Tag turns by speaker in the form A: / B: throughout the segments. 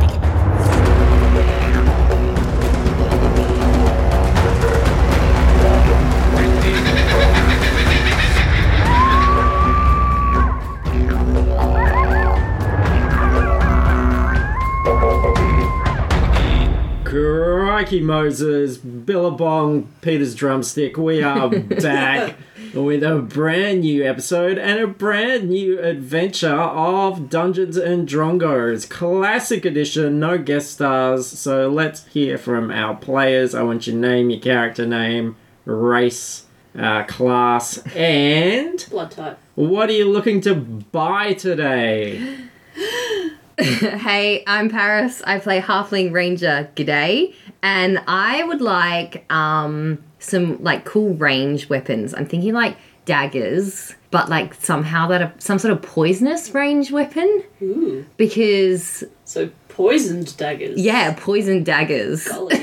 A: dick-
B: Crikey Moses, Billabong, Peter's drumstick, we are back with a brand new episode and a brand new adventure of Dungeons and Drongos. Classic edition, no guest stars. So let's hear from our players. I want your name, your character name, race, uh, class, and
C: Blood type.
B: what are you looking to buy today?
D: Hey, I'm Paris. I play Halfling Ranger G'day, and I would like um some like cool range weapons. I'm thinking like daggers, but like somehow that are some sort of poisonous range weapon
C: Ooh.
D: because
C: So poisoned daggers.
D: yeah, poison daggers.
C: Golly.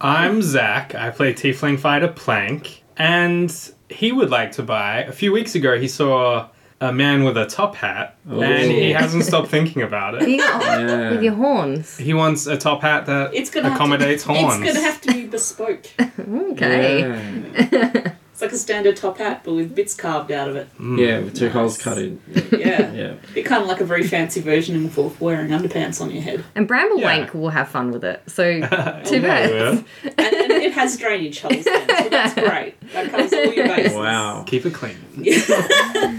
E: I'm Zach. I play Tiefling Fighter Plank, and he would like to buy. A few weeks ago, he saw a man with a top hat, and he hasn't stopped thinking about it.
D: You know,
B: Yeah.
D: With your horns.
E: He wants a top hat that
C: It's gonna
E: accommodates
C: have to,
E: horns.
C: It's gonna have to be bespoke.
B: Uh,
D: Okay.
B: Yeah.
C: It's like a standard top hat, but with bits carved out of it.
E: Mm.
B: Yeah, with two holes cut in.
C: Yeah.
B: Yeah.
C: It's kind of like a very fancy version of wearing underpants on your head,
D: And Bramblewank
E: Yeah.
D: will have fun with it. So two birds.
E: Yeah, yeah.
C: and, and it has drainage holes. In it, so that's great. That covers all your bases.
B: Wow.
E: Oh, Keep it clean.
C: Um,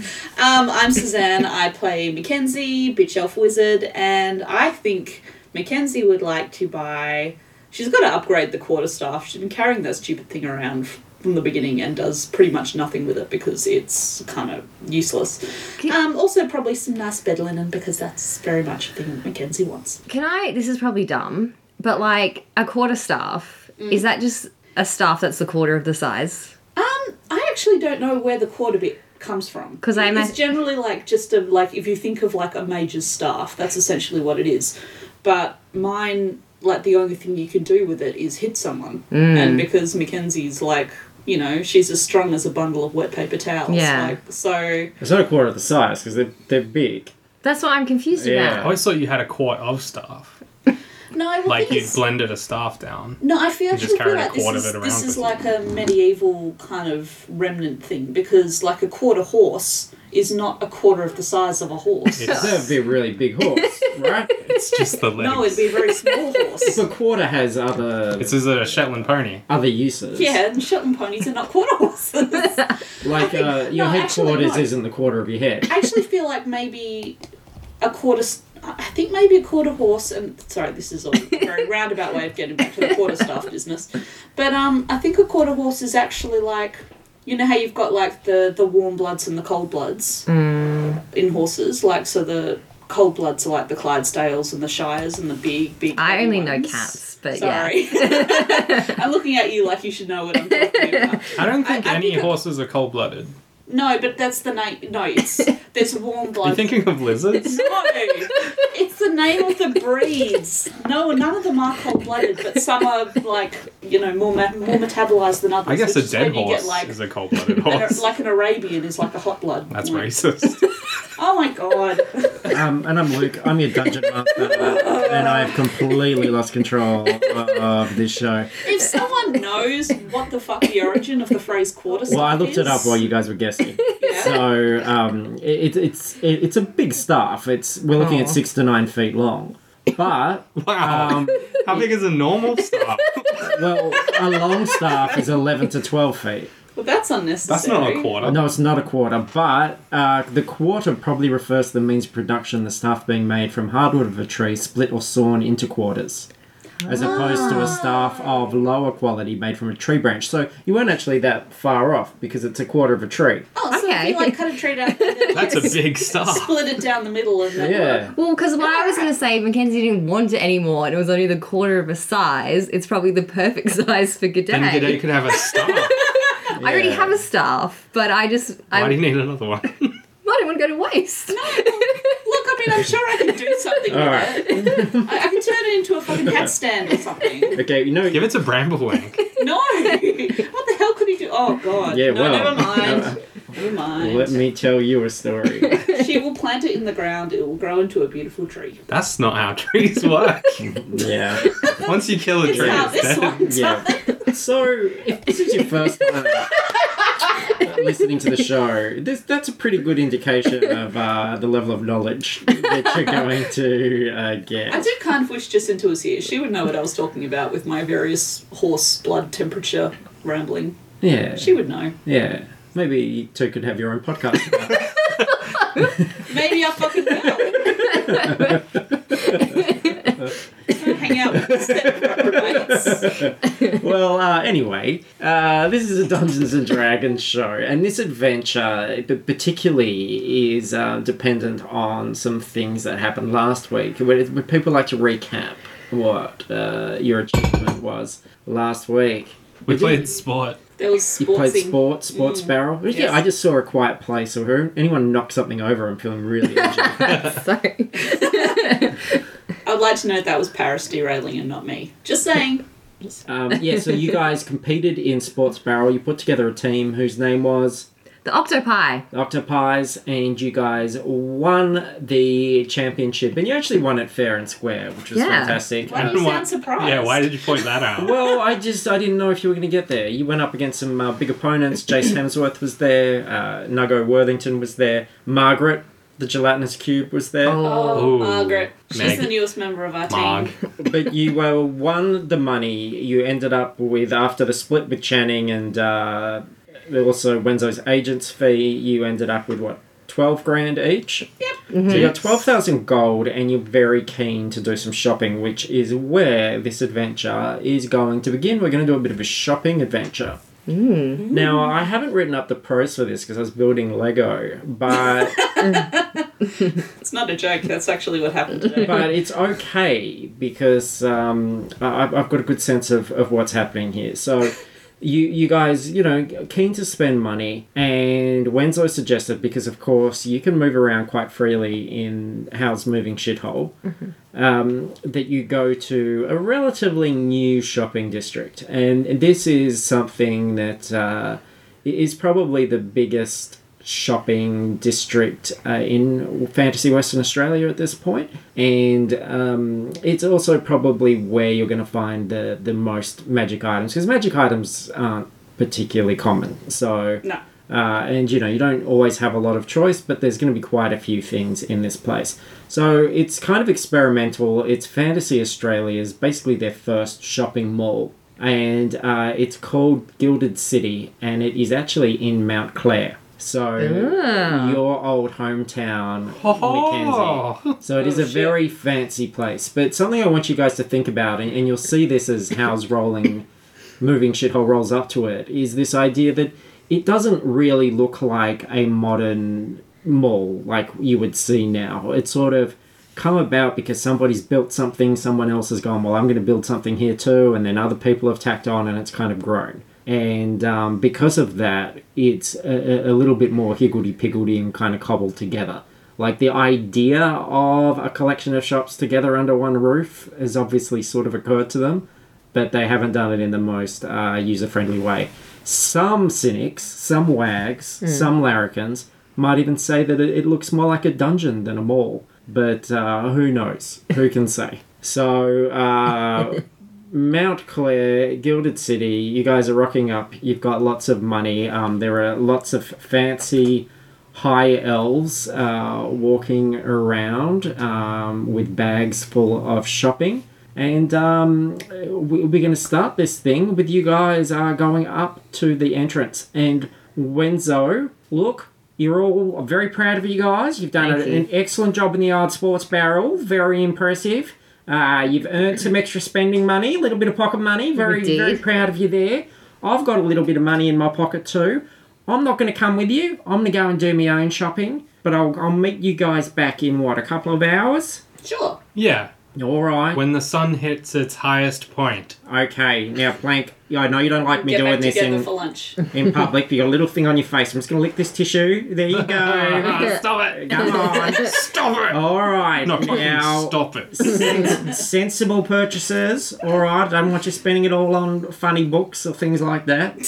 C: I'm Suzanne. I play Mackenzie, bitch elf wizard, and I think Mackenzie would like to buy. She's got to upgrade the quarterstaff. She's been carrying that stupid thing around f- from the beginning and does pretty much nothing with it because it's kind of useless. Um, also, probably some nice bed linen because that's very much a thing that Mackenzie wants.
D: Can I? This is probably dumb, but like a quarter staff, is that just a staff that's the quarter of the size?
C: Um, I actually don't know where the quarter bit comes from
D: 'Cause I
C: it's
D: ima-
C: generally like just a like if you think of like a major's staff, that's essentially what it is. But mine, like the only thing you can do with it is hit someone,
D: Mm.
C: and because Mackenzie's like you know she's as strong as a bundle of wet paper towels.
D: Yeah.
C: Like, so
B: It's not a quarter of the size because they're, they're big.
D: That's what I'm confused
B: Yeah.
E: I
D: about.
E: always thought you had a quart of staff,
C: no, I
E: like
C: think
E: you'd
C: it's-
E: blended a staff down.
C: No, I feel
E: just
C: actually feel
E: carried a
C: like this
E: quarter of
C: is,
E: it
C: this
E: around
C: is
E: with
C: like a medieval kind of remnant thing because like a quarter horse is not a quarter of the size of a horse.
E: It's-
B: That would be a really big horse, right?
E: It's just the legs.
C: No, it'd be a very small horse.
B: The quarter has other
E: This is a Shetland pony.
B: other uses.
C: Yeah, and Shetland ponies are not quarter horses. I
B: Like uh, your
C: no, actually
B: headquarters
C: not.
B: isn't the quarter of your head.
C: actually feel like maybe a quarter. s- I think maybe a quarter horse, and sorry, this is all a very roundabout way of getting back to the quarter staff business. But um, I think a quarter horse is actually like, you know how you've got like the the warm bloods and the cold bloods
D: Mm.
C: in horses, like so the cold bloods are like the Clydesdales and the Shires and the big big.
D: I
C: heavy
D: only know
C: ones.
D: cats, but yeah.
C: Sorry, I'm looking at you like you should know what I'm talking about.
E: I don't think
C: I
E: any
C: think-
E: horses are cold blooded.
C: No, but that's the name. No, it's there's warm blood.
E: You're thinking of lizards?
C: no, it's the name of the breeds. No, none of them are cold blooded, but some are like you know more ma- more metabolized than others.
E: I guess
C: which
E: a
C: is
E: dead
C: when you
E: horse
C: get, like,
E: is a cold blooded
C: an-
E: horse.
C: like an Arabian is like a hot blood.
E: That's
C: Like,
E: racist.
C: Oh my god!
B: Um, and I'm Luke. I'm your dungeon master, and I've completely lost control of this show.
C: if someone knows what the fuck the origin of the phrase quarter
B: Well, I
C: staff
B: looked it
C: is-
B: up while you guys were guessing.
C: Yeah.
B: So um, it, it's it, it's a big staff. It's we're looking at
D: Oh.
B: six to nine feet long, but
E: Wow.
B: um,
E: How big is a normal staff?
B: well, a long staff is eleven to twelve feet.
C: Well, that's unnecessary.
E: That's not a quarter.
B: Uh, No, it's not a quarter, but uh, the quarter probably refers to the means of production, the staff being made from hardwood of a tree split or sawn into quarters, as opposed to a staff of lower quality made from a tree branch. So you weren't actually that far off because it's a quarter of a tree.
C: Oh, so if
D: Okay.
C: you like cut a tree down,
E: That's a big staff.
C: split it down the middle, and then
B: Yeah.
D: Well, because what I was going to say, Mackenzie didn't want it anymore, and it was only the quarter of a size. It's probably the perfect size for G'day.
E: Then G'day could have a staff.
D: I already
B: Yeah.
D: have a staff, but I just I,
E: Why do you need another one?
D: I don't want to go to waste.
C: Look, I mean, I I'm sure I can do something with
B: Alright.
C: it. I, I can turn it into a fucking hat stand or something.
B: Okay, you know.
E: Give it to Bramblewank.
C: No! What the hell could he do? Oh, God.
B: Yeah,
C: no,
B: well. uh,
C: never mind. never mind.
B: Let me tell you a story.
C: She will plant it in the ground. It will grow into a beautiful tree.
E: That's not how trees work.
B: yeah.
E: Once you kill a
C: It's
E: tree,
C: how
E: it's
C: this
E: dead.
C: one does.
B: Yeah. So, if this is your first time uh, listening to the show, this, that's a pretty good indication of uh, the level of knowledge that you're going to uh,
C: I
B: get.
C: do kind of wish Jacinta was here. She would know what I was talking about with my various horse blood temperature rambling.
B: Yeah.
C: She would know.
B: Yeah. Maybe you two could have your own podcast. about it.
C: Maybe I fucking will. Hang out with step reprobates.
B: well, uh, anyway, uh, this is a Dungeons and Dragons show, and this adventure, p- particularly, is uh, dependent on some things that happened last week. Where where people like to recap what uh, your achievement was last week.
E: We
B: You did-
E: played sport.
C: There was
B: You played
C: sportsing. Mm.
B: sport, sports barrel. Yeah,
C: Yes.
B: I just saw a quiet place or her. Anyone knock something over, I'm feeling really injured.
D: Sorry.
C: I'd like to note that was Paris derailing and not me. Just
E: Oh,
C: saying.
B: um, yeah, so you guys competed in sports barrel. You put together a team whose name was
D: The octopi.
B: Octopies, and you guys won the championship, and you actually won it fair and square, which was
D: Yeah.
B: fantastic.
C: Why
E: I
C: do
E: don't
C: you
E: know
C: sound surprised?
E: Yeah, why did you point that out?
B: Well, I just I didn't know if you were going to get there. You went up against some uh, big opponents. Jace Hemsworth was there. Uh, Nago Worthington was there. Margaret, the gelatinous cube, was there.
C: Oh,
E: Ooh.
C: Margaret. She's
E: Meg.
C: the newest member of our team.
E: Marg.
B: but you uh, won the money. You ended up with after the split with Channing and uh, also Wenzo's agent's fee. You ended up with what twelve grand each. Yep. So you got twelve thousand gold, and you're very keen to do some shopping, which is where this adventure is going to begin. We're going to do a bit of a shopping adventure. Now I haven't written up the pros for this because I was building Lego, but
C: It's not a joke. That's actually what happened today.
B: but it's okay because um, I, I've- I've got a good sense of, of what's happening here. So, you you guys, you know, keen to spend money, and Wenzo suggested because of course you can move around quite freely in Hal's moving shithole. Um, that you go to a relatively new shopping district, and this is something that uh, is probably the biggest shopping district uh, in Fantasy Western Australia at this point, and um, it's also probably where you're going to find the the most magic items because magic items aren't particularly common. So.
C: No.
B: Uh, and you know you don't always have a lot of choice but there's going to be quite a few things in this place so it's kind of experimental it's fantasy australia's basically their first shopping mall and uh, it's called gilded city and it is actually in mount clare so
C: Ah.
B: your old hometown mackenzie
E: Oh,
B: so it is
C: Oh,
B: a
C: shit.
B: very fancy place. But something I want you guys to think about, and, and you'll see this as How's rolling, moving shithole rolls up to it, is this idea that it doesn't really look like a modern mall like you would see now. It's sort of come about because somebody's built something, someone else has gone, well, I'm going to build something here too, and then other people have tacked on, and it's kind of grown. And um, because of that, it's a, a- a little bit more higgledy-piggledy and kind of cobbled together. Like the idea of a collection of shops together under one roof has obviously sort of occurred to them, but they haven't done it in the most uh, user friendly way. Some cynics, some wags, some larrikins might even say that it, it looks more like a dungeon than a mall, but uh, who knows? Who can say? So, uh, Mount Clare, Gilded City, you guys are rocking up. You've got lots of money. Um, there are lots of fancy high elves uh, walking around um, with bags full of shopping. And um, we- we're going to start this thing with you guys uh, going up to the entrance. And Wenzo, look, you're all I'm very proud of you guys. You've done
D: Thank
B: a-
D: you.
B: an excellent job in the Ard Sports Barrel. Very impressive. Uh, you've earned some extra spending money, a little bit of pocket money. Very,
D: did.
B: very proud of you there. I've got a little bit of money in my pocket too. I'm not going to come with you. I'm going to go and do my own shopping. But I'll, I'll meet you guys back in, what, a couple of hours?
C: Sure.
E: yeah.
B: All right.
E: When the sun hits its highest point.
B: Okay, now, Blank, yeah, I know you don't like me
C: Get
B: doing
C: back
B: this
C: together
B: in,
C: for lunch.
B: in public, but you got a little thing on your face. I'm just going to lick this tissue. There you go.
E: Ah, Uh, stop it!
B: come on.
E: Stop it!
B: All right. right.
E: No, fucking
B: now,
E: stop it.
B: sen- sensible purchases. All right, I don't want you spending it all on funny books or things like that.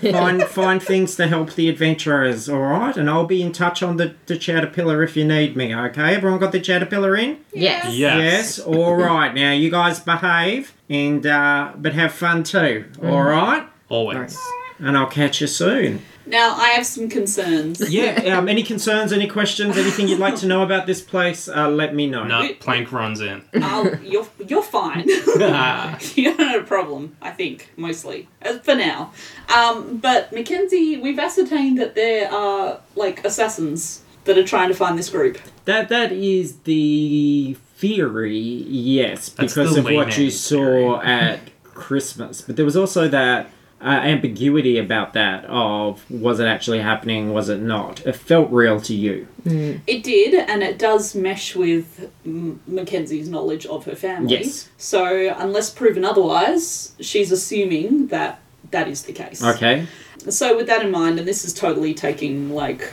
B: find find things to help the adventurers. All right, and I'll be in touch on the the Chatterpillar if you need me. Okay, everyone got the Chatterpillar in.
D: Yes.
E: Yeah.
B: Yes.
E: Yes.
B: All right. Now you guys behave and uh, but have fun too.
C: Mm.
B: All right.
E: Always.
B: And I'll catch you soon.
C: Now I have some concerns.
B: Yeah. Um, any concerns? Any questions? Anything you'd like to know about this place? Uh, let me know.
E: No, Plank runs in.
C: I'll, you're you're fine.
E: Ah,
C: you don't have a problem, I think, mostly uh, for now. Um, but Mackenzie, we've ascertained that there are like assassins that are trying to find this group.
B: That that is the theory, yes,
E: That's
B: because
E: the
B: of what you
E: layman's theory.
B: saw at Christmas. But there was also that uh, ambiguity about that of was it actually happening, was it not? It felt real to you.
C: It did, and it does mesh with M- Mackenzie's knowledge of her family.
B: Yes.
C: So unless proven otherwise, she's assuming that that is the case.
B: Okay.
C: So with that in mind, and this is totally taking like,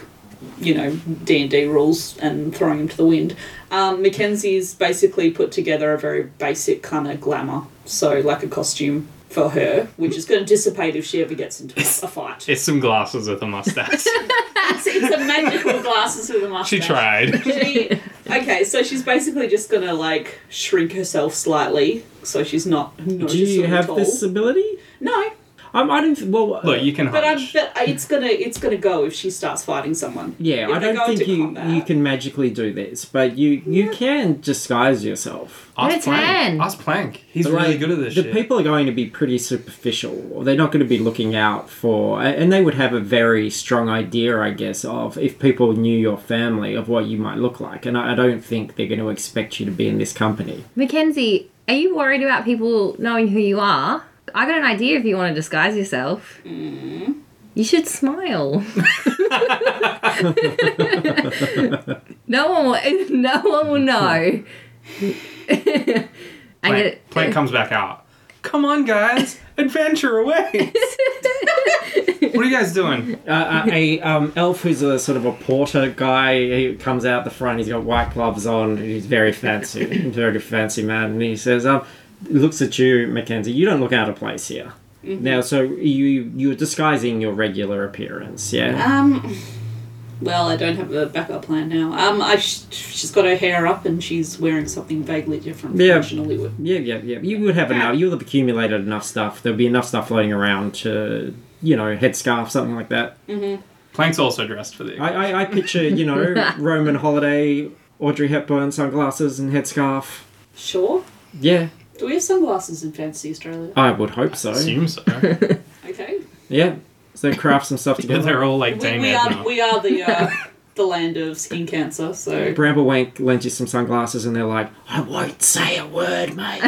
C: you know, D and D rules and throwing them to the wind. Um, Mackenzie's basically put together a very basic kind of glamour, so like a costume for her, which is going to dissipate if she ever gets into a fight.
E: it's some glasses with a mustache.
C: It's, it's a magical glasses with a
E: she
C: mustache.
E: tried.
C: She- okay, so she's basically just gonna like shrink herself slightly, so she's not.
B: Do you have this uh, ability?
C: No,
B: Um, I don't. th- Well,
E: Look, you can
C: but I'm.
E: hunch.
C: But it's gonna. It's gonna go if she starts fighting someone.
B: yeah,
C: If
B: I
C: they
B: don't
C: go
B: think
C: into
B: you
C: combat.
B: you can magically do this, but you you can disguise yourself.
E: Ask
D: Get a
E: Plank.
D: tan.
E: Ask Plank. He's
B: Like,
E: really good at this
B: the
E: shit.
B: people are going to be pretty superficial. or They're not going to be looking out for, and they would have a very strong idea, I guess, of if people knew your family, of what you might look like. And I, I don't think they're going to expect you to be in this company.
D: Mackenzie, are you worried about people knowing who you are? I got an idea if you want to disguise yourself. You should smile. no one will, no one will know. I get
E: Plank,
D: it.
E: Plank comes back out. Come on, guys. Adventure away. what are you guys doing?
B: Uh, uh, a um, elf who's a sort of a porter guy. He comes out the front. He's got white gloves on. And he's very fancy, very fancy man. And he says, um, looks at you, Mackenzie. You don't look out of place here. Now, so you you're disguising your regular appearance, yeah?
C: Um. Well, I don't have a backup plan now. Um, I sh- she's got her hair up and she's wearing something vaguely different.
B: Yeah.
C: From traditional Lew-
B: Yeah, yeah, yeah. You would have enough. You would have accumulated enough stuff. There'd be enough stuff floating around to, you know, headscarf, something like that.
E: Plank's also dressed for the.
B: I, I, I picture, you know, Roman holiday, Audrey Hepburn sunglasses and headscarf.
C: Sure.
B: Yeah,
C: Do we have sunglasses in fantasy Australia?
B: I would hope so.
E: assume so.
C: Okay.
B: Yeah. So craft some stuff
E: Yeah,
B: together.
E: they're all like
C: We,
E: Dame
C: we
E: Edna.
C: are we are the uh, the land of skin cancer. So
B: Bramblewank lends you some sunglasses, and they're like, "I won't say a word, mate."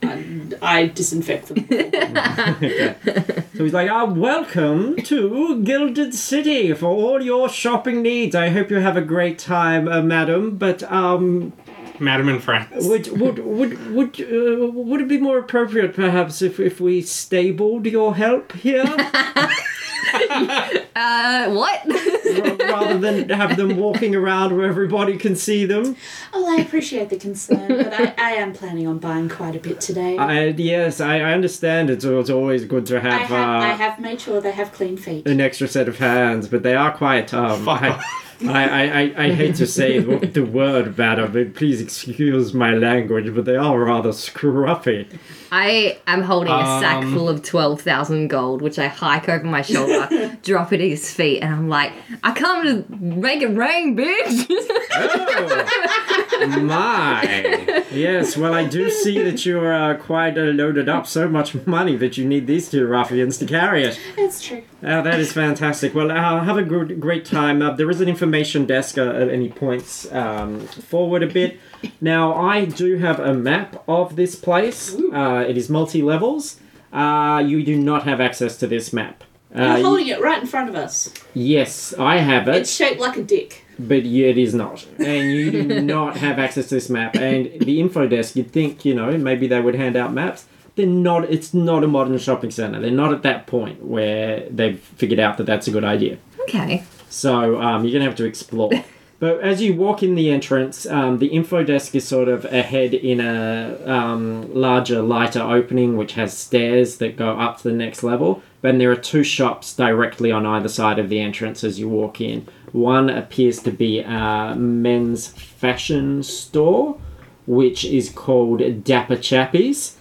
C: I, I disinfect them.
B: Okay. So he's like, "Ah, welcome to Gilded City for all your shopping needs. I hope you have a great time, uh, madam. But um,
E: Madam and friends.
B: Would would would would uh, would it be more appropriate, perhaps, if if we stabled your help here ra-
D: Uh, what?
B: rather than have them walking around where everybody can see them?
C: well, I appreciate the concern, but I, I am planning on buying quite a bit today.
B: I, yes, I, I understand. It's it's always good to have, uh,
C: have made sure they have clean feet.
B: an extra set of hands, but they are quite um.
E: Fuck
B: I, I, I, I- I hate to say the the word, madam, but please excuse my language, but they are rather scruffy.
D: I am holding a sack
E: Um.
D: full of 12,000 gold, which I hike over my shoulder, drop it at his feet, and I'm like, I come to make it rain, bitch!
B: Oh, my. Yes, well, I do see that you are uh, quite uh, loaded up. So much money that you need these two ruffians to carry it.
C: That's true.
B: Uh, that is fantastic. Well, uh, have a good, great time. Uh, there is an information desk uh, at any points um, forward a bit. Now, I do have a map of this place. Uh, it is multi levels. Uh, you do not have access to this map. Uh,
C: You're holding it right in front of us.
B: yes, I have it
C: It's shaped like a dick.
B: but yeah, it is not. And you do not have access to this map. And the info desk, you'd think, you know, maybe they would hand out maps. They're not. It's not a modern shopping center. They're not at that point where they've figured out that that's a good idea.
D: okay.
B: So um, you're gonna have to explore. But as you walk in the entrance, um, the info desk is sort of ahead in a um, larger, lighter opening, which has stairs that go up to the next level. Then there are two shops directly on either side of the entrance as you walk in. One appears to be a men's fashion store, which is called Dapper Chappies.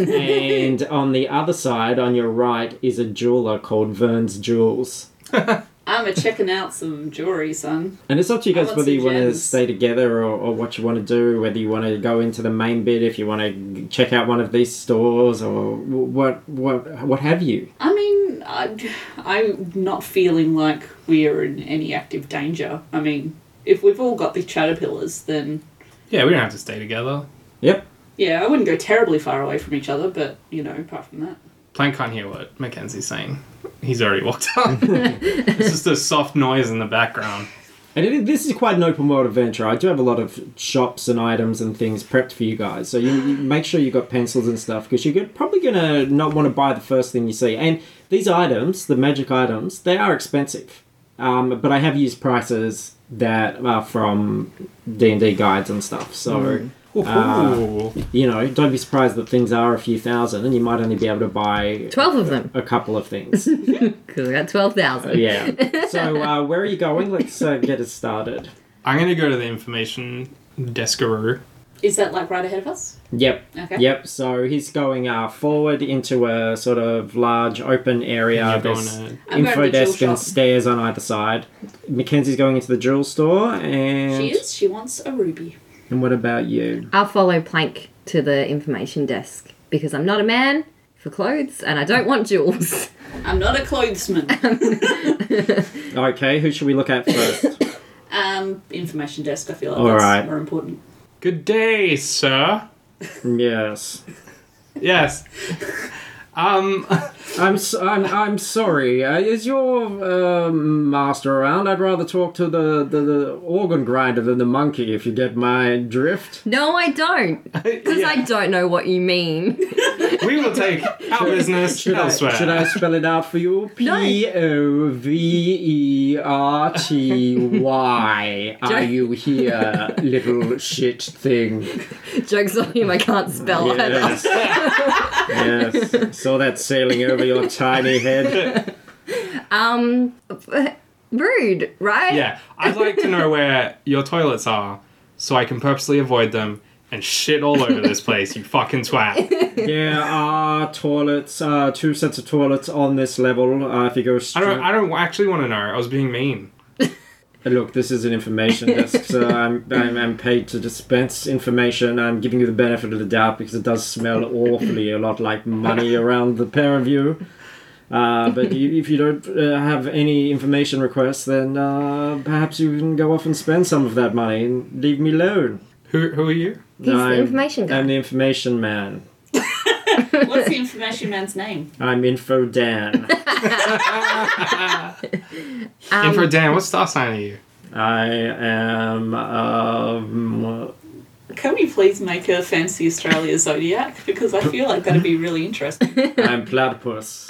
B: and on the other side, on your right, is a jeweler called Vern's Jewels.
C: I'm a checking out some jewelry, son.
B: And it's up to you
C: I
B: guys
C: want
B: whether
C: some
B: you want to
C: gems.
B: stay together or, or what you want to do, whether you want to go into the main bit, if you want to check out one of these stores or wh- what what what have you.
C: I mean, I, I'm not feeling like we're in any active danger. I mean, if we've all got the caterpillars, then
E: Yeah, we don't have to stay together.
B: Yep.
C: yeah, I wouldn't go terribly far away from each other. But you know, apart from that,
E: Plank can't hear what Mackenzie's saying. He's already walked out. it's just a soft noise in the background.
B: And it, this is quite an open world adventure. I do have a lot of shops and items and things prepped for you guys. So you, you make sure you've got pencils and stuff because you're go- probably going to not want to buy the first thing you see. And these items, the magic items, they are expensive. Um, but I have used prices that are from D&D guides and stuff. So...
C: Mm.
E: Ooh.
B: you know, don't be surprised that things are a few thousand and you might only be able to buy
D: 12 of them.
B: a couple of things.
D: Cool, we got
E: Oh,
D: 12,000.
B: yeah. So, uh, where are you going? Let's uh, get it started.
E: I'm gonna go to the information deskeroo.
C: is that like right ahead of us?
B: Yep.
C: Okay.
B: Yep. So, he's going uh, forward into a sort of large open area.
E: You're going
B: There's
E: to
C: I'm going to
B: info
C: the jewel
B: desk and
C: shop.
B: stairs on either side. Mackenzie's going into the jewel store. And,
C: She is. She wants a ruby.
B: and what about you?
D: I'll follow Plank to the information desk because I'm not a man for clothes and I don't want jewels.
C: I'm not a clothesman.
B: Okay, who should we look at first?
C: um, information desk. I feel like
B: All
C: that's
B: right.
C: more important.
E: Good day, sir.
B: yes.
E: Yes. Um
B: I'm, s- I'm, I'm sorry. Uh, is your uh, master around? I'd rather talk to the, the, the organ grinder than the monkey, if you get my drift.
D: No, I don't. Because I
E: yeah,
D: don't know what you mean.
E: we will take our business
B: Should I,
E: elsewhere.
B: should I spell it out for you? P O V E R T Y. Are you here, little shit thing?
D: Joke's on him, I can't
E: Oh,
D: spell either.
B: Yes. yes. Saw that sailing over your tiny head.
D: Rude, right?
E: Yeah. I'd like to know where your toilets are so I can purposely avoid them and shit all over this place, you fucking twat.
B: There are toilets, uh, two sets of toilets on this level. Uh, if you go
E: I
B: straight.
E: don't I don't actually want to know. I was being mean.
B: Look, this is an information desk, so I'm, I'm, I'm paid to dispense information. I'm giving you the benefit of the doubt because it does smell awfully a lot like money around the pair of you. Uh, but you, if you don't uh, have any information requests, then uh, perhaps you can go off and spend some of that money and leave me alone.
E: Who who are you?
D: He's the information guy.
E: Um,
B: I'm the information man.
C: What's the information man's name?
B: I'm Info Dan. Um,
E: And Info Dan, what star sign are you?
B: I am. Um,
C: Can we please make a fancy Australia zodiac? Because I feel like that'd be really interesting.
B: I'm Platypus.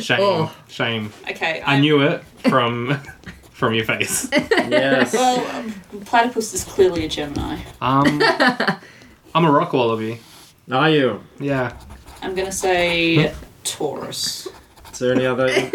E: Shame.
D: Oh.
E: Shame.
C: Okay.
E: I
C: I'm-
E: knew it from from your face.
B: Yes.
C: Well, um, platypus is clearly a Gemini.
E: Um, I'm a rock wallaby.
B: Are you?
E: Yeah.
C: I'm gonna say Taurus.
B: Is there any other in-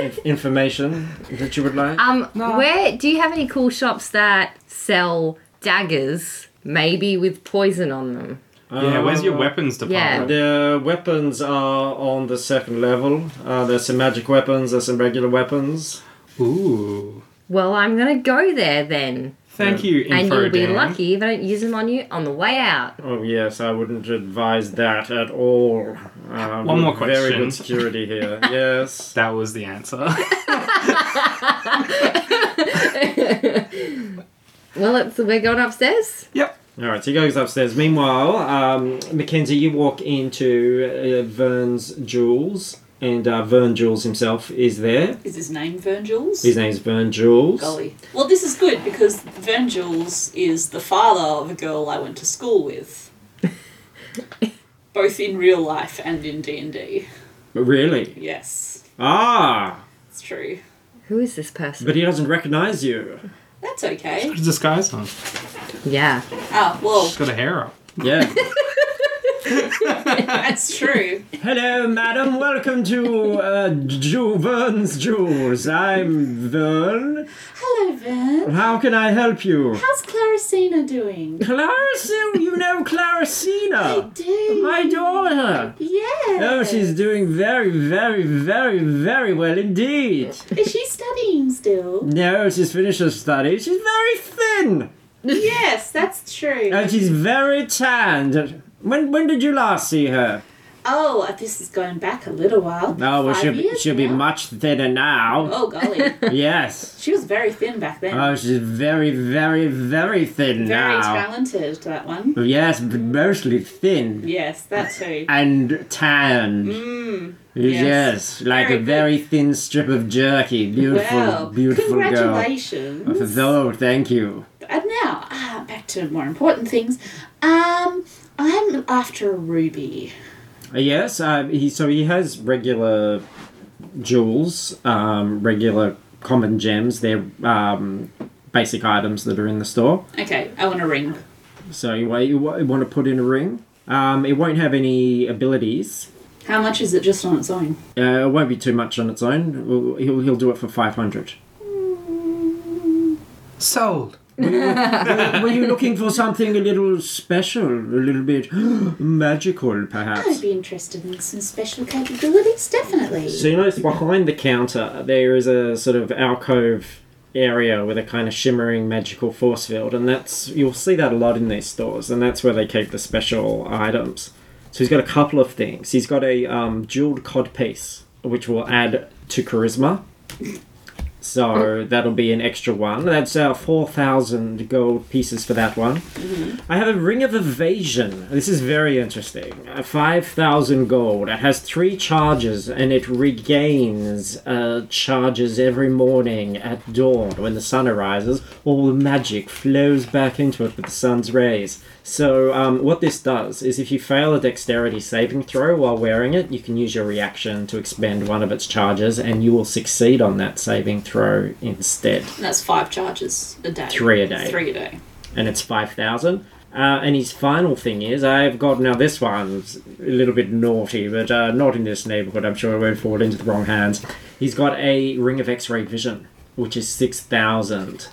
B: in- information that you would like?
D: Um, where do you have any cool shops that sell daggers, maybe with poison on them?
E: Yeah. Where's your
B: Uh,
E: weapons department?
B: The weapons are on the second level. Uh, there's some magic weapons, there's some regular weapons.
E: Ooh.
D: Well, I'm gonna go there then,
E: Thank you, Info
D: and you'll be
E: Dan.
D: lucky if I don't use them on you on the way out.
B: Oh, yes, I wouldn't advise that at all. Uh,
E: One more
B: Very
E: question.
B: good security here. yes.
E: That was the answer.
D: Well, it's, we're going upstairs.
E: yep.
B: All right, so he goes upstairs. Meanwhile, um, Mackenzie, you walk into uh, Vern's Jewels, and uh, Vern Jules himself is there.
C: Is his name Virgils?
B: His name's Vern Jules.
C: Golly. Well, this is good because Virgils is the father of a girl I went to school with, both in real life and in D and D.
B: Really?
C: Yes,
B: Ah!
C: it's true.
D: Who is this person?
B: But he doesn't recognize you.
C: That's okay.
E: Put a disguise on.
D: Yeah.
C: Oh, well,
E: Got a hair up.
B: Yeah.
C: that's true.
B: Hello, madam. Welcome to uh, Ju- Vern's Jewels. I'm Vern.
C: Hello, Vern.
B: How can I help you?
C: How's Claricina doing?
B: Clarissa, you know Clarissina,
C: Do
B: my daughter.
C: yeah.
B: Oh, she's doing very, very, very, very well indeed.
C: Is she studying still?
B: No, she's finished her studies. She's very thin
C: yes, that's true.
B: and she's very tanned. When when did you last see her?
C: Oh, this is going back a little while.
B: Oh, well,
C: Five
B: she'll be,
C: years
B: she'll be
C: now?
B: much thinner now.
C: Oh golly,
B: Yes.
C: she was very thin back then.
B: Oh, she's very, very, very thin
C: very
B: now.
C: talented, that one.
B: Yes, but mostly thin
C: Yes, that too.
B: and tanned. Yes.
C: Mm. yes.
B: like
C: Very
B: a
C: good.
B: very thin strip of jerky. Beautiful,
C: wow.
B: beautiful girl.
C: Congratulations.
B: Oh, thank you.
C: And now, ah, back to more important things. Um, I'm after a ruby.
B: Uh, Yes, um, he so he has regular jewels, um, regular common gems. They're um, basic items that are in the store.
C: Okay, I want a ring.
B: So you, wa- you, wa- you want to put in a ring. Um, it won't have any abilities.
C: How much is it just on its own?
B: Uh, it won't be too much on its own. We'll- He'll, he'll do it for 500.
E: Sold.
B: Were you looking for something a little special, a little bit magical,
C: I'd
B: perhaps?
C: be interested in some special capabilities, definitely.
B: So you notice behind the counter there is a sort of alcove area with a kind of shimmering magical force field, and that's you'll see that a lot in these stores, and that's where they keep the special items. So he's got a couple of things. He's got a um, jeweled codpiece, which will add to charisma. So that'll be an extra one. That's uh, 4,000 gold pieces for that one. I have a ring of evasion. This is very interesting. Uh, 5,000 gold. It has three charges and it regains uh, charges every morning at dawn when the sun arises. All the magic flows back into it with the sun's rays. So, um, what this does is if you fail a dexterity saving throw while wearing it, you can use your reaction to expend one of its charges and you will succeed on that saving throw instead.
C: That's five charges a day.
B: Three a day.
C: Three a day.
B: and it's 5,000. Uh, and his final thing is, I've got now this one's a little bit naughty, but uh, not in this neighborhood. I'm sure it won't fall into the wrong hands. He's got a ring of X-ray vision, which is six thousand,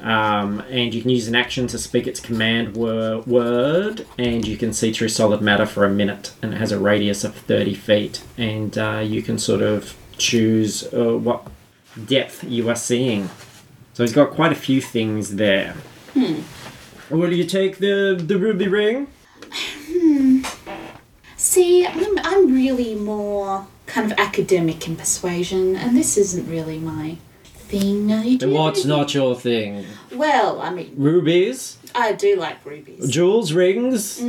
B: um, and you can use an action to speak its command wor- word, and you can see through solid matter for a minute, and it has a radius of thirty feet, and uh, you can sort of choose uh, what depth you are seeing. So he's got quite a few things there. Will you take the the ruby ring?
C: See, I'm, I'm really more kind of academic in persuasion, and this isn't really my thing. No, you do.
B: What's not your thing?
C: Well, I mean,
B: Rubies, Mm-hmm.
C: I do like rubies.
B: jewels, rings.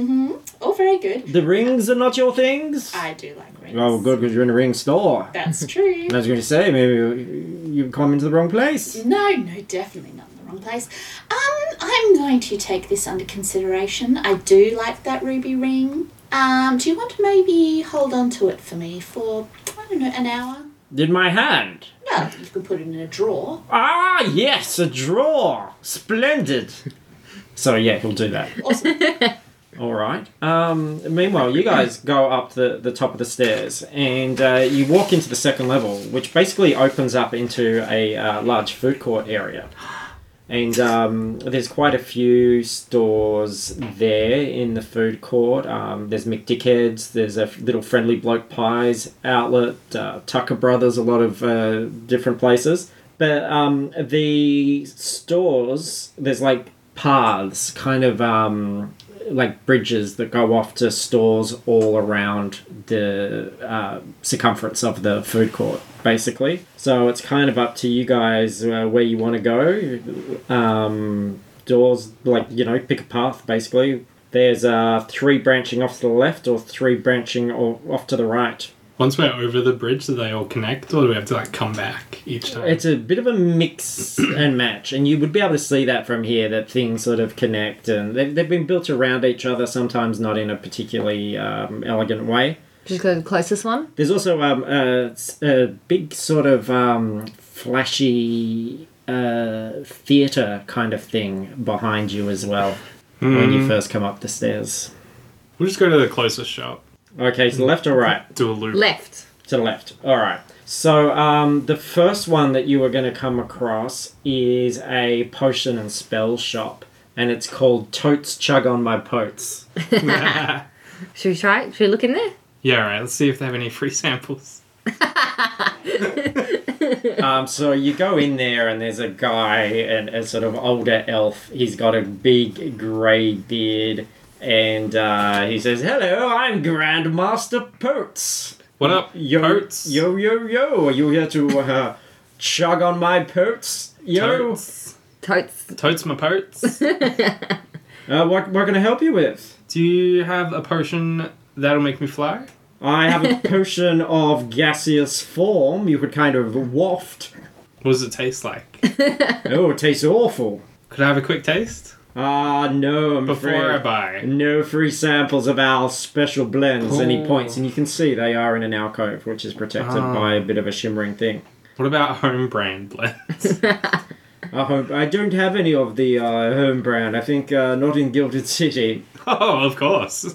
C: All very good.
B: The rings are not your things.
C: I do like rubies.
B: Oh, good, because you're in a ring store.
C: That's true.
B: I was going to say maybe you- you've come into the wrong place.
C: No, no, definitely not in the wrong place. Um, I'm going to take this under consideration. I do like that ruby ring. Um, do you want to maybe hold on to it for me for I don't know an hour?
B: Mm-hmm. Did my hand?
C: No, you can put it in a drawer.
B: Ah, yes, a drawer. Splendid. So yeah, he'll do that.
C: Awesome.
B: All right. Um, meanwhile, you guys go up the, the top of the stairs and uh, you walk into the second level, which basically opens up into a uh, large food court area. And um, there's quite a few stores there in the food court. Um, there's McDickheads, there's a little friendly bloke pies outlet, uh, Tucker Brothers, a lot of uh, different places. But um, the stores, there's like paths, kind of um, like bridges that go off to stores all around the uh, circumference of the food court, basically. So it's kind of up to you guys uh, where you want to go. Um, doors, like, you know, pick a path, basically. There's uh, three branching off to the left or three branching or off to the right.
E: Once we're over the bridge, do they all connect, or do we have to like come back each time?
B: It's a bit of a mix and match, and you would be able to see that from here that things sort of connect and they've, they've been built around each other, sometimes not in a particularly um, elegant way.
D: Just go to the closest one.
B: There's also um, a, a big sort of um, flashy uh, theatre kind of thing behind you as well when you first come up the stairs.
E: We'll just go to the closest shop.
B: Okay, so left or right?
E: Do a loop.
D: Left.
B: To the left. All right. So um, the first one that you are going to come across is a potion and spell shop, and it's called Totes Chug on My Potes.
D: Should we try it? Should we look in there?
E: Yeah, alright, let's see if they have any free samples.
B: Um, so you go in there, and there's a guy, and a sort of older elf. He's got a big grey beard, and uh, he says, "Hello, I'm Grandmaster Potes.
E: What up,
B: Yo,
E: Potes?
B: yo, yo, yo! Are you here to uh, chug on my potes? Yo,
E: Totes.
D: Totes.
E: Totes my potes.
B: uh, what what can I help you with?
E: Do you have a potion that'll make me fly?
B: I have a potion of gaseous form. You could kind of waft.
E: What does it taste like?
B: Oh, it tastes awful.
E: Could I have a quick taste?
B: Ah, no, I'm
E: Before
B: afraid.
E: I buy.
B: No free samples of our special blends. And he points, and you can see they are in an alcove, which is protected
E: Ah.
B: by a bit of a shimmering thing.
E: What about home brand blends?
B: I, hope, I don't have any of the uh, home brand. I think uh, not in Gilded City.
E: oh, of course.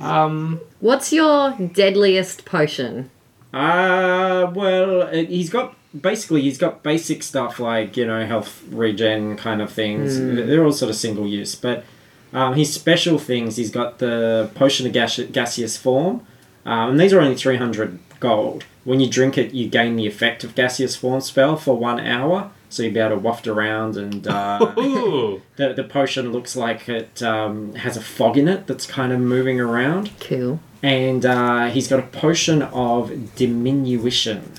E: Um,
D: What's your deadliest potion?
B: Uh, well, uh, he's got basically he's got basic stuff like you know health regen kind of things. They're all sort of single use, but um, his special things he's got the potion of gas- gaseous form, um, and these are only three hundred gold. When you drink it, you gain the effect of gaseous form spell for one hour, so you'll be able to waft around and. Uh,
E: ooh,
B: The, the potion looks like it um, has a fog in it that's kind of moving around
D: Cool.
B: and uh, he's got a potion of diminution.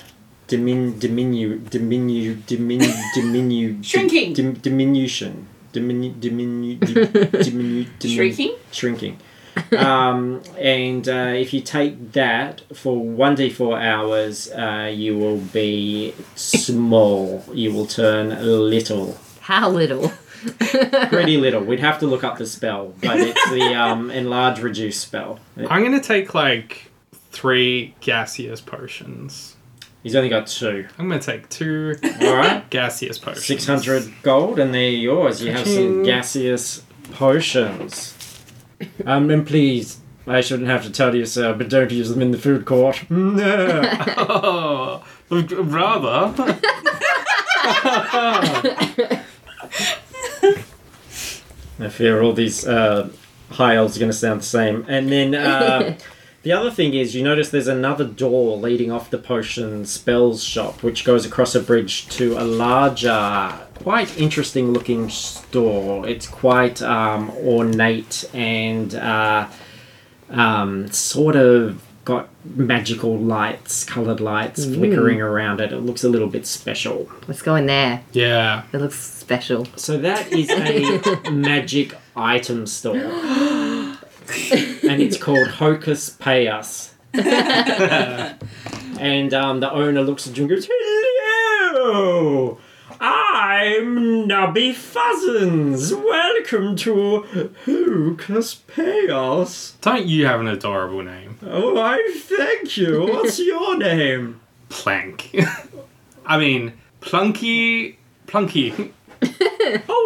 B: Dimin, diminu, diminu, diminu, diminu,
C: Shrinking.
B: dim, diminution, diminu, diminu, diminu, diminu, diminu
C: Shrinking?
B: shrinking. Um, and uh, if you take that for one d four hours, uh, you will be small. You will turn little,
D: How little?
B: pretty little. We'd have to look up the spell, but it's the um, enlarge reduce spell.
E: I'm gonna take like three gaseous potions.
B: He's only got two.
E: I'm gonna take two
B: All right.
E: gaseous potions.
B: 600 gold, and they're yours. You have some
E: Ka-ching.
B: gaseous potions. Um, and please, I shouldn't have to tell you, sir, but don't use them in the food court. No.
E: Oh, rather.
B: I fear all these uh, high elves are going to sound the same. And then uh, the other thing is, you notice there's another door leading off the potion spells shop, which goes across a bridge to a larger, quite interesting looking store. It's quite um, ornate and uh, um, sort of got magical lights, coloured lights flickering around it. It looks a little bit special.
D: Let's go in there.
E: yeah.
D: It looks special.
B: So that is a magic item store. and it's called Hocus Pay Us. and um, the owner looks at you and goes, Hello! I'm Nubby Fuzzins. Welcome to Hocus Pay Us.
E: Don't you have an adorable name?
B: Oh, I thank you. What's your name?
E: Plank. I mean, Plunky. Plunky.
B: Oh,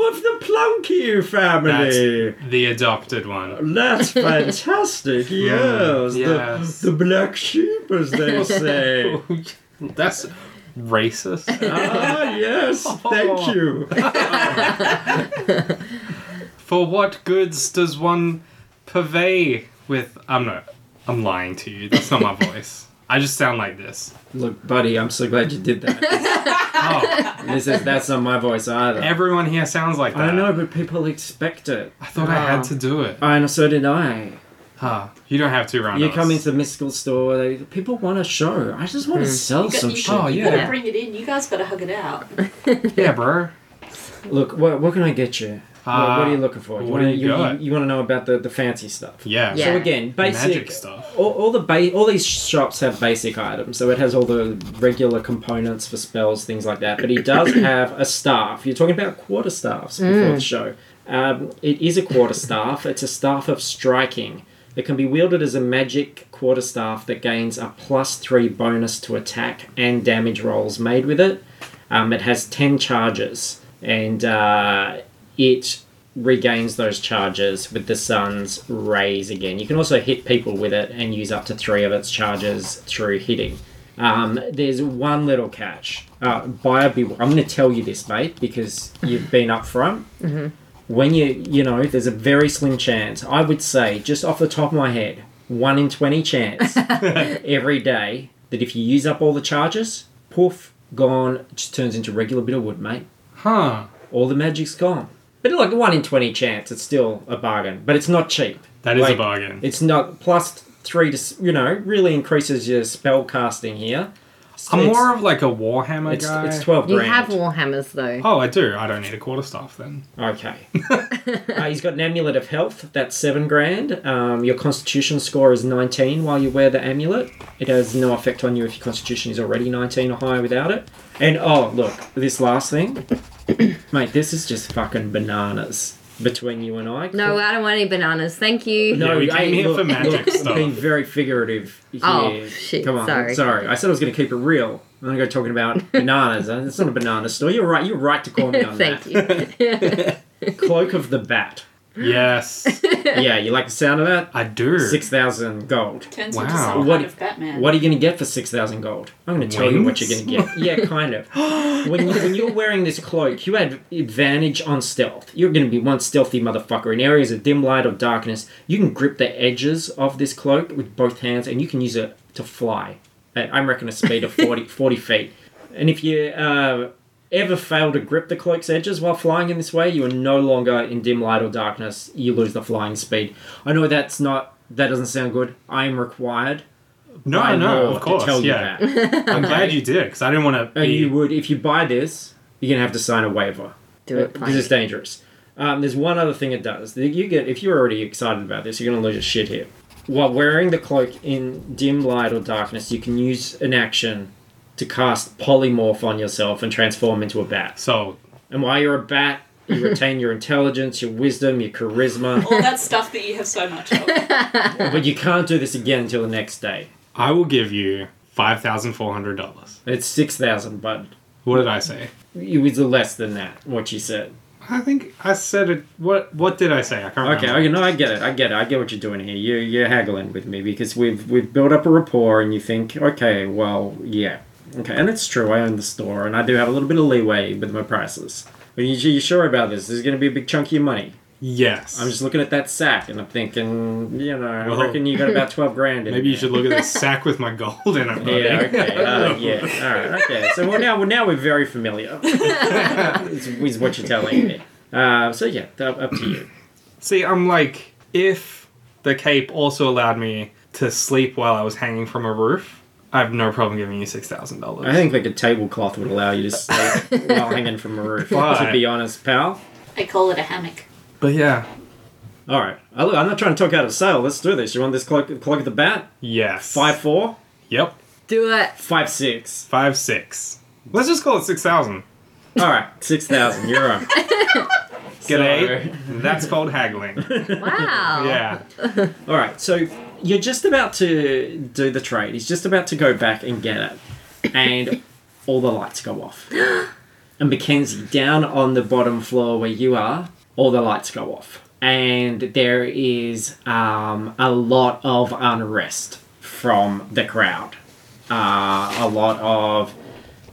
B: of the Plunkey
E: That's
B: family.
E: the adopted one.
B: That's fantastic. yes.
E: yes.
B: The, the black sheep, as they say.
E: That's racist.
B: ah, yes. Thank you.
E: For what goods does one purvey with. I'm not. I'm lying to you. That's not my voice. I just sound like this.
B: Look, buddy, I'm so glad you did that.
E: Oh,
B: this is that's not my voice either.
E: everyone here sounds like that.
B: I know, but people expect it.
E: I thought I had to do it.
B: And so did I.
E: Huh. You don't have to, Rhinos.
B: You come into the mystical store, they, people want a show. I just
E: Mm.
B: want to sell
C: You got-
B: some
C: you,
B: shit.
E: Oh,
C: you
E: yeah.
C: gotta bring it in. You guys gotta hug it out.
E: Yeah, bro.
B: Look, what, what can I get you? What- what, are you looking for?
E: Uh, what do
B: wanna-
E: you got?
B: you want to know about the, the fancy stuff?
E: Yeah.
D: Yeah.
B: So again, basic
E: Magic stuff.
B: All, all the ba- all these shops have basic items, so it has all the regular components for spells, things like that. But he does have a staff. You're talking about quarter staffs before the show. Um, it is a quarter staff. It's a staff of striking. It can be wielded as a magic quarter staff that gains a plus three bonus to attack and damage rolls made with it. Um, it has 10 charges, and uh, it regains those charges with the sun's rays again. You can also hit people with it and use up to three of its charges through hitting. Um, there's one little catch. Uh, buyer beware. I'm going to tell you this, mate, because you've been up front when you you know there's a very slim chance i would say just off the top of my head 1 in 20 chance every day that if you use up all the charges poof gone just turns into regular bit of wood mate
E: Huh.
B: all the magic's gone but like a 1 in 20 chance it's still a bargain but it's not cheap
E: That is
B: Like,
E: a bargain.
B: it's not plus 3 to s- you know really increases your spell casting here It's-
E: I'm more of like a Warhammer
B: it's,
E: guy.
B: it's, it's 12
D: You
B: grand
D: have warhammers though.
E: Oh, I do. I don't need a quarter staff then.
B: Okay. uh, he's got an amulet of health. That's seven grand. Um, your constitution score is 19 while you wear the amulet. It has no effect on you if your constitution is already 19 or higher without it. And oh, look, this last thing. Mate, this is just fucking bananas between you and I.
D: No, I don't want any bananas. Thank you.
E: Yeah, we came
B: hey,
E: here for magic stuff.
B: I'm being very figurative here.
D: Oh, shit,
B: Come on,
D: sorry.
B: I said I was going to keep it real. I'm going to go talking about bananas. Uh, It's not a banana store. You're right. You're right to call me on
D: Thank
B: that.
D: you.
B: Cloak of the Bat.
E: Yes,
B: Yeah, you like the sound of that?
E: I do.
B: Six thousand gold.
C: Turns
E: Wow.
C: into some
B: What-
C: kind of Batman.
B: What are you going to get for six thousand gold? I'm going to tell you what you're going
E: Wings?
B: to get. Yeah, kind of. when you, when you're wearing this cloak, you had advantage on stealth. You're going to be one stealthy motherfucker in areas of dim light or darkness. You can grip the edges of this cloak with both hands, and you can use it to fly. At, I'm reckon a speed of 40, 40 feet. And if you uh, ever fail to grip the cloak's edges while flying in this way, you are no longer in dim light or darkness. You lose the flying speed. I know that's not. That doesn't sound good. I am required
E: no,
B: buy
E: no,
B: more
E: of course.
B: to tell
E: yeah,
B: you that.
E: I'm glad you did because I didn't want to.
B: and you would, if you buy this, you're gonna have to sign a waiver
D: Do it,
B: because it's
D: please.
B: dangerous. Um, there's one other thing it does. That You get if you're already excited about this, you're gonna lose your shit here. While wearing the cloak in dim light or darkness, you can use an action to cast polymorph on yourself and transform into a bat.
E: So
B: And while you're a bat, you retain your intelligence, your wisdom, your charisma,
C: All that stuff that you have so much of.
B: but you can't do this again until the next day.
E: I will give you five thousand four hundred dollars.
B: It's six thousand, but
E: What did I say?
B: it was less than that. What you said.
E: I think I said it. What What did I say? I can't
B: Okay,
E: remember.
B: okay, no, I get it. I get it. I get what you're doing here. You you're haggling with me because we've we've built up a rapport, and you think, okay, well, yeah, okay, and it's true. I own the store, and I do have a little bit of leeway with my prices. But you, you're sure about this? This is going to be a big chunk of your money.
E: Yes.
B: I'm just looking at that sack, and I'm thinking, you know,
E: Well,
B: I reckon you got about twelve grand. In
E: Maybe you
B: there.
E: should look at this sack with my gold in it. buddy.
B: Yeah. Okay. Uh, yeah. All right. Okay. So well, now, well, now we're very familiar. is, is what you're telling me. Uh, so yeah, th- up to you.
E: See, I'm like, if the cape also allowed me to sleep while I was hanging from a roof, I have no problem giving you six thousand dollars.
B: I think like a tablecloth would allow you to stay while hanging from a roof.
E: Why?
B: To be honest, pal.
C: I call it a hammock.
E: But yeah.
B: All right, I, look, I'm not trying to talk out of sale. Let's do this. You want this clock? Clock at the bat?
E: Yes.
B: Five four,
E: Yep.
D: Do it.
B: five six.
E: Five six. Let's just call it six thousand.
B: All right, six thousand. You're on.
E: G'day. That's called haggling.
B: Uh-huh.
D: Wow.
E: Yeah.
B: All right, so you're just about to do the trade. He's just about to go back and get it, and all the lights go off. And Mackenzie, down on the bottom floor where you are, all the lights go off, and there is um, a lot of unrest from the crowd. Uh, a lot of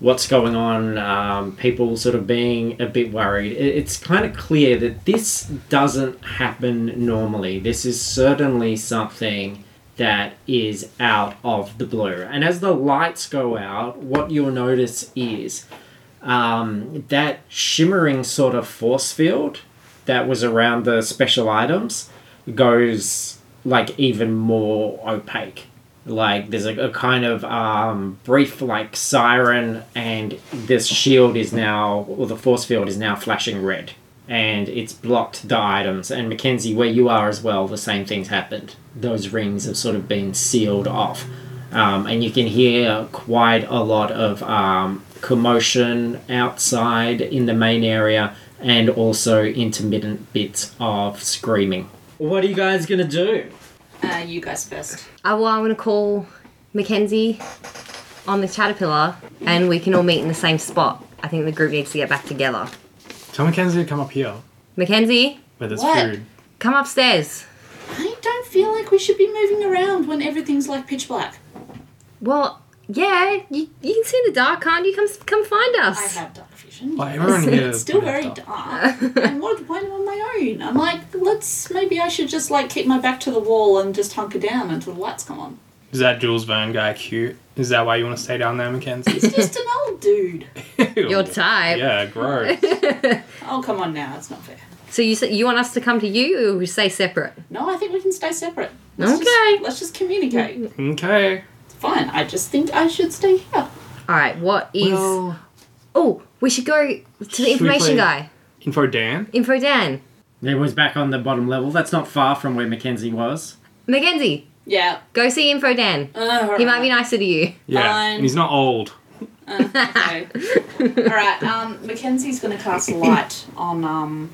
B: what's going on, um, people sort of being a bit worried. It, it's kind of clear that this doesn't happen normally. This is certainly something that is out of the blue. And as the lights go out, what you'll notice is um, that shimmering sort of force field that was around the special items goes like even more opaque. Like there's a, a kind of um, brief like siren, and this shield is now, or the force field is now flashing red, and it's blocked the items. And Mackenzie, where you are as well, the same things happened. Those rings have sort of been sealed off um, and you can hear quite a lot of um, commotion outside in the main area and also intermittent bits of screaming. What are you guys gonna do?
C: Uh, you guys first.
D: Uh, well, I'm going to call Mackenzie on the caterpillar and we can all meet in the same spot. I think the group needs to get back together.
E: Tell Mackenzie to come up here
D: Mackenzie,
E: where there's
C: What?
E: food.
D: come upstairs.
C: I don't feel like we should be moving around when everything's like pitch black.
D: Well, yeah, you, you can see in the dark, can't you? Come s- come find
C: I
D: us.
C: have dark vision.
E: Like everyone
D: It's
E: here.
C: it's still
E: might
C: very
E: have dark-
C: dark. and what when I'm on my own? I'm like, let's maybe I should just like keep my back to the wall and just hunker down until the lights come on.
E: Is that Jules Verne guy cute? Is that why you want to stay down there, Mackenzie?
C: He's just an old dude.
E: Ew.
D: Your type.
E: Yeah, gross.
C: Oh come on now, it's not fair.
D: So you s- you want us to come to you, or we stay separate?
C: No, I think we can stay separate. just-
D: Okay.
C: let's just communicate.
E: okay.
C: It's fine. I just think I should stay here.
D: All right. What is? oh, we should go to the
E: we play-
D: information guy,
E: Info Dan?
D: Info Dan,
B: Everyone's back on the bottom level. That's not far from where Mackenzie was.
D: Mackenzie.
C: Yeah.
D: Go see Info Dan.
C: Uh,
D: He might be nicer to you.
E: Yeah.
C: Fine.
E: And he's not old.
C: okay. All right. Um, Mackenzie's going to cast light on um,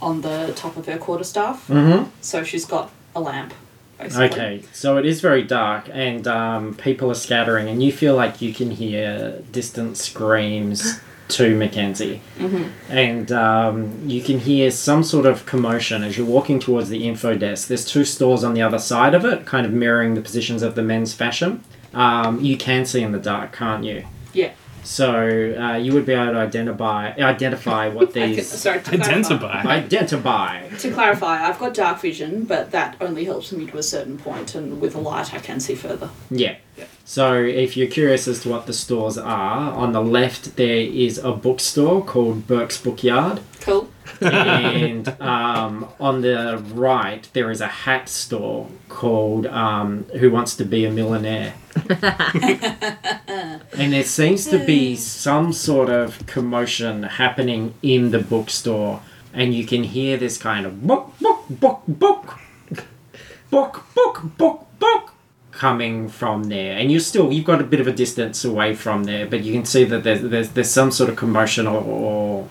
C: on the top of her quarterstaff.
B: Mm-hmm.
C: So she's got a lamp. Basically.
B: Okay, so it is very dark, and um, people are scattering, and you feel like you can hear distant screams to Mackenzie,
C: Mm-hmm.
B: and um, you can hear some sort of commotion as you're walking towards the info desk. There's two stores on the other side of it, kind of mirroring the positions of the men's fashion. Um, you can see in the dark, can't you?
C: Yeah.
B: So uh, you would be able to identify identify what
C: I can,
B: these
C: sorry. To Clarify,
E: Identify.
B: identify.
C: to clarify, I've got dark vision, but that only helps me to a certain point, and with a light, I can see further.
B: Yeah.
C: Yeah.
B: So if you're curious as to what the stores are, on the left there is a bookstore called Burke's Bookyard,
C: Cool.
B: and um, on the right there is a hat store called um, Who Wants to Be a Millionaire. and there seems to be some sort of commotion happening in the bookstore, and you can hear this kind of book, book, book, book, book, book, book, book coming from there and you're still you've got a bit of a distance away from there but you can see that there's there's, there's some sort of commotion or, or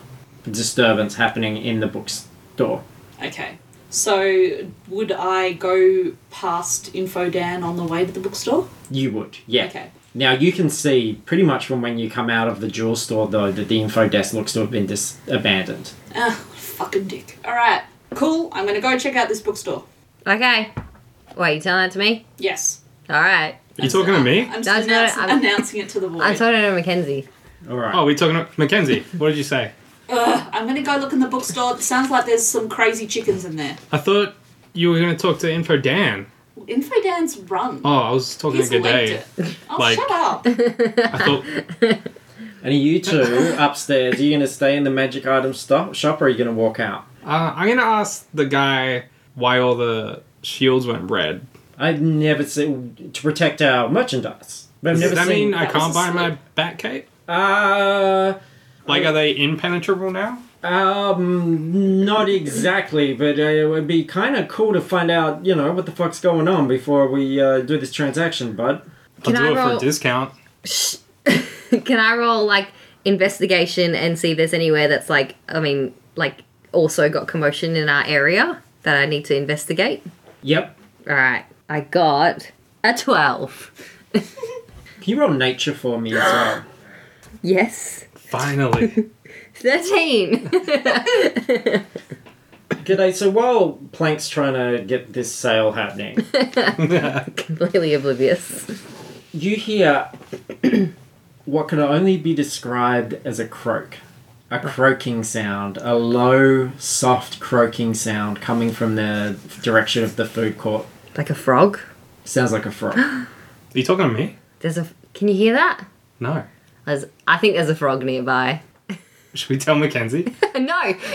B: disturbance happening in the bookstore
C: Okay. So would I go past Info Dan on the way to the bookstore?
B: you would yeah
C: Okay.
B: now you can see pretty much from when you come out of the jewel store though that the info desk looks to have been dis- abandoned
C: Ah, fucking dick. All right. Cool. I'm gonna go check out this bookstore.
D: Okay. Wait, you telling that to me?
C: Yes.
D: All right.
E: Are you talking to me?
C: I'm
D: That's
C: just
D: not-
C: announce-
D: I'm-
C: announcing it to the void.
D: I'm talking to Mackenzie.
B: all right
E: Oh, we're talking to Mackenzie. What did you say?
C: Ugh, I'm gonna go look in the bookstore. It sounds like there's some crazy chickens in there.
E: I thought you were going to talk to Info Dan.
C: Info Dan's run.
E: Oh, I was talking
C: He's
E: to Good
C: linked
E: Day.
C: it. Oh,
E: Like-
C: shut up.
E: I thought
B: and are you two upstairs are you going to stay in the magic item stop shop or are you going to walk out
E: uh, I'm going to ask the guy why all the shields went red.
B: i've never seen to protect our merchandise but i've
E: Does
B: never
E: that
B: seen
E: mean I
C: That was
E: can't
C: a
E: buy
C: slip.
E: my bat cape?
B: uh
E: Like, are they impenetrable now?
B: Um, not exactly, but uh, it would be kind of cool to find out, you know, what the fuck's going on before we uh, do this transaction, bud.
E: I'll
D: Can
E: do
D: I
E: it for
D: roll-
E: a discount.
D: Can I roll like investigation and see if there's anywhere that's like, I mean, like also got commotion in our area that I need to investigate?
B: Yep.
D: All right. I got a 12.
B: Can you roll nature for me as well?
D: Yes.
E: Finally.
D: 13.
B: G'day. So while Plank's trying to get this sale happening,
D: Completely oblivious.
B: you hear what can only be described as a croak. A croaking sound, a low, soft croaking sound coming from the direction of the food court.
D: Like a frog.
B: Sounds like a frog.
E: Are you talking to me?
D: There's a. Can you hear that?
E: No.
D: There's, I think there's a frog nearby.
E: Should we tell Mackenzie?
D: no.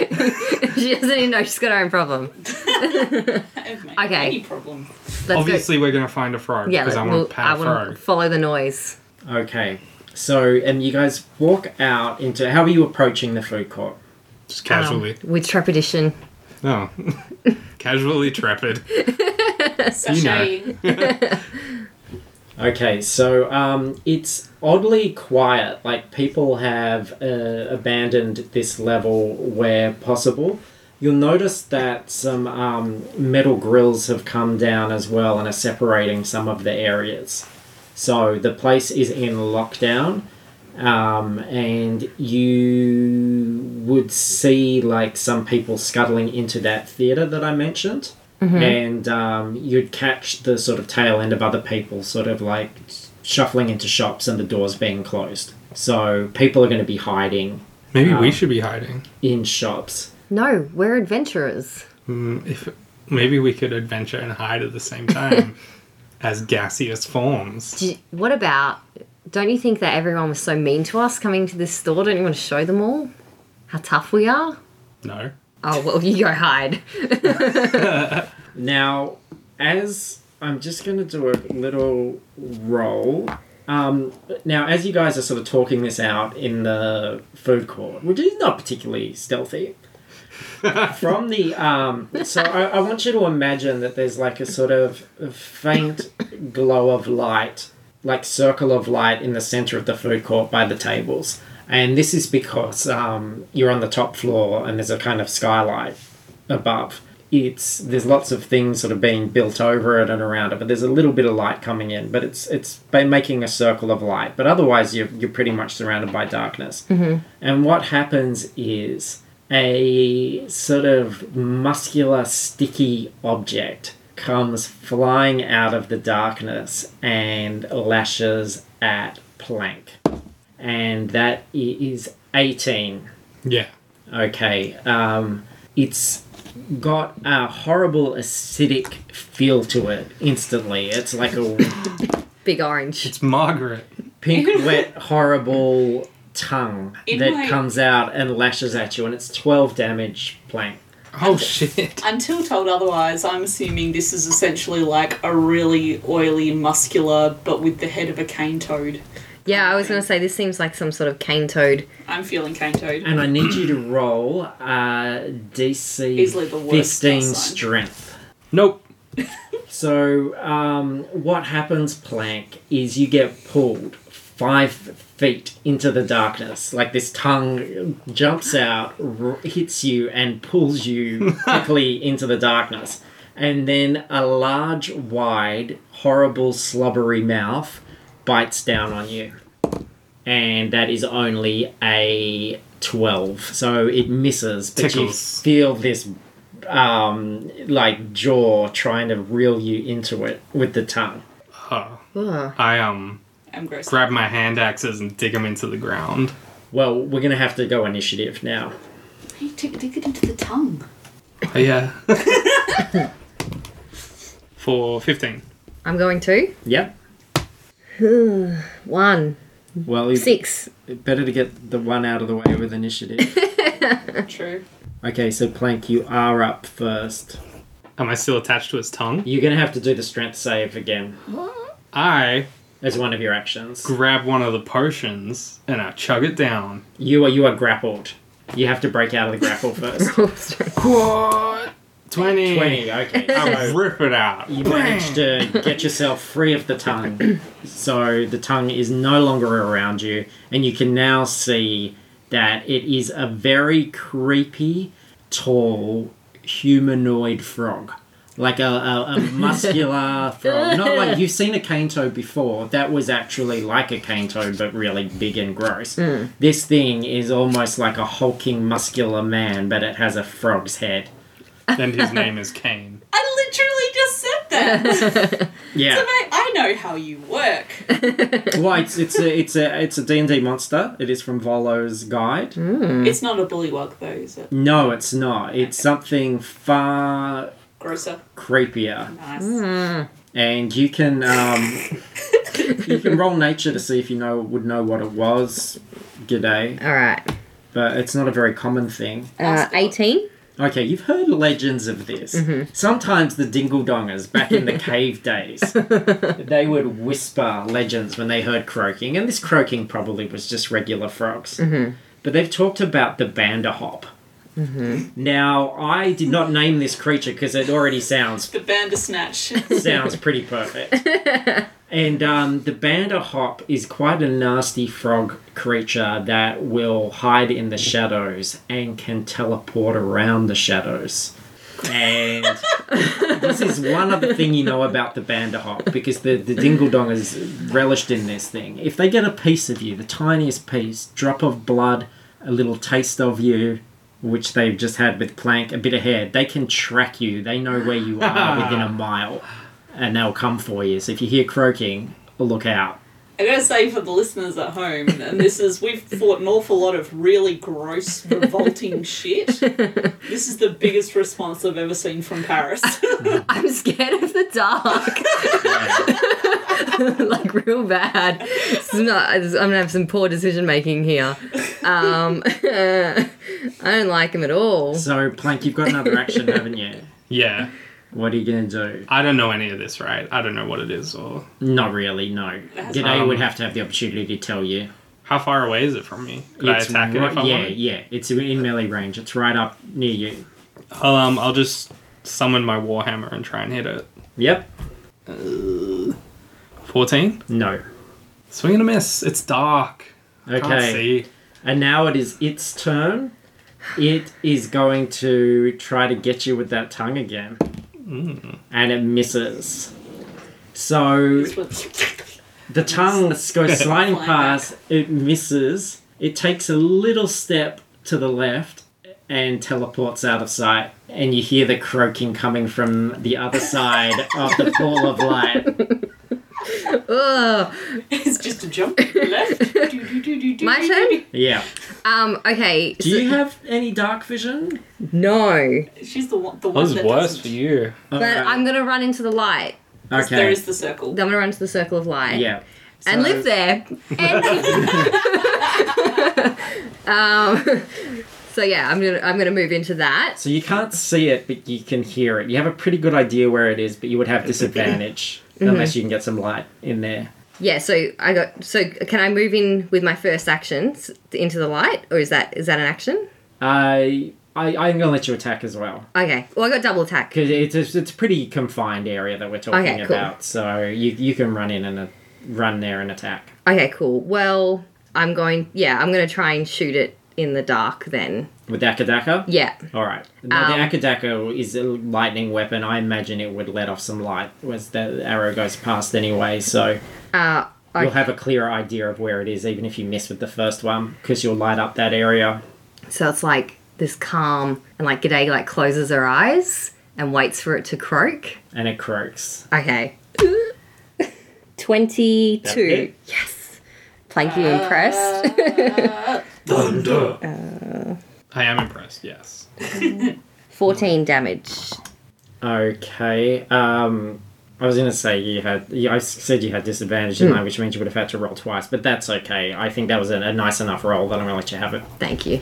D: she doesn't even know she's got her own problem. Okay.
C: Any problem?
D: Let's
E: Obviously, we're going to find a frog
D: go. Yeah,
E: because I
D: like,
E: want
D: we'll-
E: to
D: I
E: pat a
D: want
E: frog.
D: to follow the noise.
B: Okay. So, and you guys walk out into how are you approaching the food court?
E: Just
D: Um,
E: casually.
D: with trepidation.
E: No. casually trepid.
C: Sashaying.
B: Okay, so um, it's oddly quiet. Like people have uh, abandoned this level where possible. You'll notice that some um, metal grills have come down as well and are separating some of the areas. So the place is in lockdown. um, and you would see like some people scuttling into that theater that I mentioned, and um, you'd catch the sort of tail end of other people sort of like shuffling into shops and the doors being closed. So people are going to be hiding
E: Maybe we should be hiding.
B: in shops.
D: No, we're adventurers.
E: Mm, If maybe we could adventure and hide at the same time as gaseous forms.
D: D- What about? Don't you think that everyone was so mean to us coming to this store? Don't you want to show them all how tough we are?
E: No.
D: Oh well, you go hide.
B: Now, as I'm just going to do a little roll. Um, now, as you guys are sort of talking this out in the food court, which is not particularly stealthy, from the um, so I, I want you to imagine that there's like a sort of faint glow of light, like circle of light in the center of the food court by the tables, and this is because um, you're on the top floor and there's a kind of skylight above. It's there's lots of things sort of being built over it and around it, but there's a little bit of light coming in. But it's it's by making a circle of light. But otherwise, you're you're pretty much surrounded by darkness. And what happens is a sort of muscular, sticky object comes flying out of the darkness and lashes at Plank, and that i- is eighteen.
E: Yeah.
B: Okay. Um, it's got a horrible acidic feel to it instantly. It's like a
D: Big orange.
E: It's Margaret.
B: pink, wet, horrible tongue
C: In
B: that
C: my-
B: comes out and lashes at you, and it's 12 damage plank.
E: Oh shit.
C: Until told otherwise, I'm assuming this is essentially like a really oily, muscular, but with the head of a cane toad.
D: Yeah, I was gonna say this seems like some sort of cane toad.
C: I'm feeling cane toad.
B: And I need you to roll uh, DC
C: Easily the worst
B: 15
C: plus sign.
B: strength.
E: Nope.
B: So, um, what happens, Plank, is you get pulled five feet into the darkness. Like this tongue jumps out, r- hits you, and pulls you quickly into the darkness. And then a large, wide, horrible, slobbery mouth bites down on you. And that is only a 12. So it misses, but you
E: Tickles.
B: feel this um, like jaw trying to reel you into it with the tongue.
E: Oh.
D: Ugh.
E: I um
C: I'm gross.
E: grab my hand axes and dig them into the ground.
B: Well, we're gonna have to go initiative now.
C: Hey, dig, dig it into the tongue.
E: Oh, yeah. For fifteen.
D: I'm going to
B: Yep.
D: one
B: Well, you-
D: six.
B: better to get the one out of the way with initiative.
C: True.
B: okay, so Plank, you are up first.
E: Am I still attached to its tongue?
B: You're gonna have to do the strength save again
E: I
B: as one of your actions.
E: grab one of the potions and I chug it down.
B: You are you are grappled. You have to break out of the grapple first.
E: What? Twenty.
B: Twenty. Okay.
E: I
B: So
E: rip it out.
B: you managed to get yourself free of the tongue. So the tongue is no longer around you, and you can now see that it is a very creepy, tall, humanoid frog. Like a, a, a muscular frog. Not like you've seen a cane toad before. That was actually like a cane toad, but really big and gross. This thing is almost like a hulking, muscular man, but it has a frog's head.
E: and his name is Kane.
C: I literally just said that.
B: Yeah.
C: Mate, I know how you work.
B: Well, it's it's a it's a it's a D and D monster. It is from Volo's guide.
C: It's not a bullywug though, is it?
B: No, it's not. It's something far
C: Grosser.
B: creepier,
C: Nice.
D: Mm.
B: and you can um, you can roll nature to see if you know would know what it was. G'day,
D: All right.
B: but it's not a very common thing.
D: Uh, Eighteen.
B: Okay, you've heard legends of this. Sometimes the dingledongers back in the cave days, they would whisper legends when they heard croaking, and this croaking probably was just regular frogs. But they've talked about the banderhop. Now, I did not name this creature because it already sounds
C: The bandersnatch.
B: sounds pretty perfect. and um, the banderhop is quite a nasty frog creature that will hide in the shadows and can teleport around the shadows. And this is one other thing you know about the Banderhop because the, the Dingle Dong is relished in this thing. If they get a piece of you, the tiniest piece, drop of blood, a little taste of you, which they've just had with Plank, a bit of hair, they can track you. They know where you are within a mile and they'll come for you. So if you hear croaking, look out.
C: I gotta say for the listeners at home, and this is we've fought an awful lot of really gross, revolting shit. This is the biggest response I've ever seen from Paris.
D: I'm scared of the dark. like real bad. It's not, I'm gonna have some poor decision making here. Um, I don't like him at all.
B: So Plank, you've got another action, haven't you?
E: Yeah.
B: What are you gonna do?
E: I don't know any of this, right? I don't know what it is or
B: Not really, no.
C: That's-
B: G'day
E: Um,
B: would have to have the opportunity to tell you.
E: how far away is it from me? Could I
B: It's
E: attack it
B: right-
E: if I
B: yeah,
E: wanted?
B: yeah. It's in melee range. It's right up near you.
E: I'll, um, I'll just summon my warhammer and try and hit it.
B: Yep.
E: 14?
B: No.
E: Swing and a miss. It's dark. I Can't
B: Okay.
E: see.
B: And now it is its turn. It is going to try to get you with that tongue again,
E: Mm.
B: and it misses. So
C: That's what-
B: The tongue goes sliding
C: Flying
B: past, it misses, it takes a little step to the left and teleports out of sight. And you hear the croaking coming from the other side of the pool of light.
D: Ugh.
C: it's just a jump to the left. Do-do-do-do-do-do-do.
D: My turn?
B: Yeah.
D: Um, okay.
B: Do
D: so-
B: you have any dark vision?
D: no.
C: She's the one. The
E: That
C: one
E: was
C: that
E: worse for
C: doesn't.
E: you.
D: But I'm gonna run into the light.
B: gonna.
C: There
B: Uh, Okay.
C: is the circle.
D: I'm gonna run into the circle of light.
B: Yeah.
D: and
B: So-
D: live there. And- um, so yeah, I'm gonna I'm gonna move into that.
B: So you can't see it, but you can hear it. You have a pretty good idea where it is, but you would have disadvantage unless you can get some light in there.
D: Yeah, so I got so can I move in with my first actions into the light, or is that is that an action?
B: I, I I'm gonna let you attack as well.
D: Okay, well I got double attack.
B: because it's a, it's a pretty confined area that we're talking
D: Okay, cool.
B: about. So you you can run in and uh, run there and attack.
D: Okay, cool. Well, I'm going. Yeah, I'm gonna try and shoot it in the dark then.
B: With Akadaka?
D: Yeah.
B: All right. Now,
D: Um,
B: the Akadaka is a lightning weapon. I imagine it would let off some light as the arrow goes past anyway, so
D: Uh,
B: you'll
D: I,
B: have a clearer idea of where it is, even if you miss with the first one, because you'll light up that area.
D: so it's like this calm and like G'day like closes her eyes and waits for it to croak.
B: And it croaks.
D: Okay. 22.
B: it.
D: Yes. Plank, you impressed?
E: Thunder. I am impressed, yes.
D: 14 damage.
B: Okay. Um, I was going to say you had. yeah, I s- said you had disadvantage, didn't I? Which means you would have had to roll twice, but that's okay. I think that was a, a nice enough roll that I'm going to let you have it.
D: Thank you.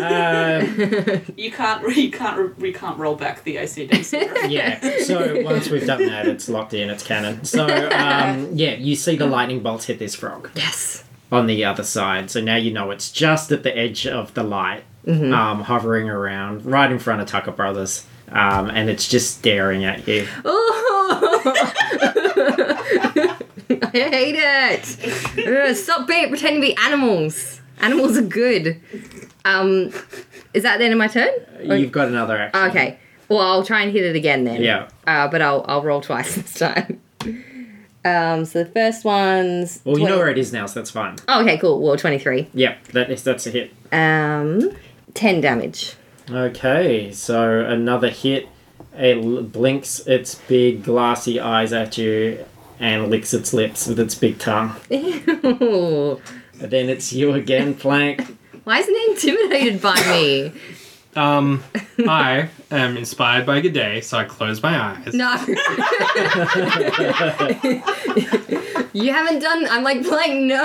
B: Um,
C: You can't. re- You can't. re- You can't roll back the ACDC.
B: yeah. So once we've done that, it's locked in. It's canon. So um, yeah, you see the lightning bolts hit this frog
D: Yes.
B: on the other side. So now you know it's just at the edge of the light, um, hovering around right in front of Tucker Brothers, um, and it's just staring at you.
D: Oh! I hate it. Ugh, Stop being, pretending to be animals. Animals are good. Um, is that the end of my turn?
B: You've got another action.
D: Okay. Well, I'll try and hit it again then.
B: Yeah.
D: Uh, but I'll, I'll roll twice this time. Um, so the first one's.
B: Well, you
D: 20
B: know where it is now, so that's fine.
D: Oh, okay, cool. Well, 23.
B: Yeah, that is that's a hit.
D: Um, 10 damage.
B: Okay, so another hit. It l- blinks its big glassy eyes at you and licks its lips with its big tongue.
D: Ew.
B: And then it's you again, Plank.
D: Why isn't it intimidated by me?
E: Um, I am inspired by G'day, so I close my eyes.
D: No. you haven't done. I'm like playing no.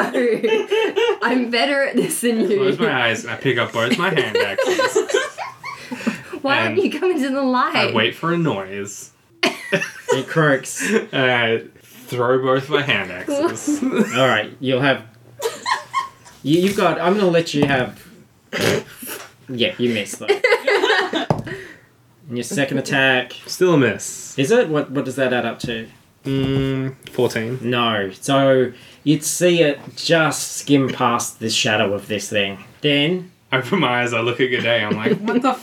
D: I'm better at this than you.
E: Close my eyes and I pick up both my hand axes.
D: Why
E: and
D: don't you come into the light?
B: Uh,
E: I wait for a noise.
B: It croaks.
E: And I throw both my hand axes.
B: All right, you'll have. You, you've got. I'm gonna let you have. Yeah, you missed though. And your second attack
E: Still a miss.
B: is it? What What does that add up to?
E: Mm, 14.
B: No. So you'd see it just skim past the shadow of this thing. Then
E: open my eyes, I look at G'day, I'm like, what the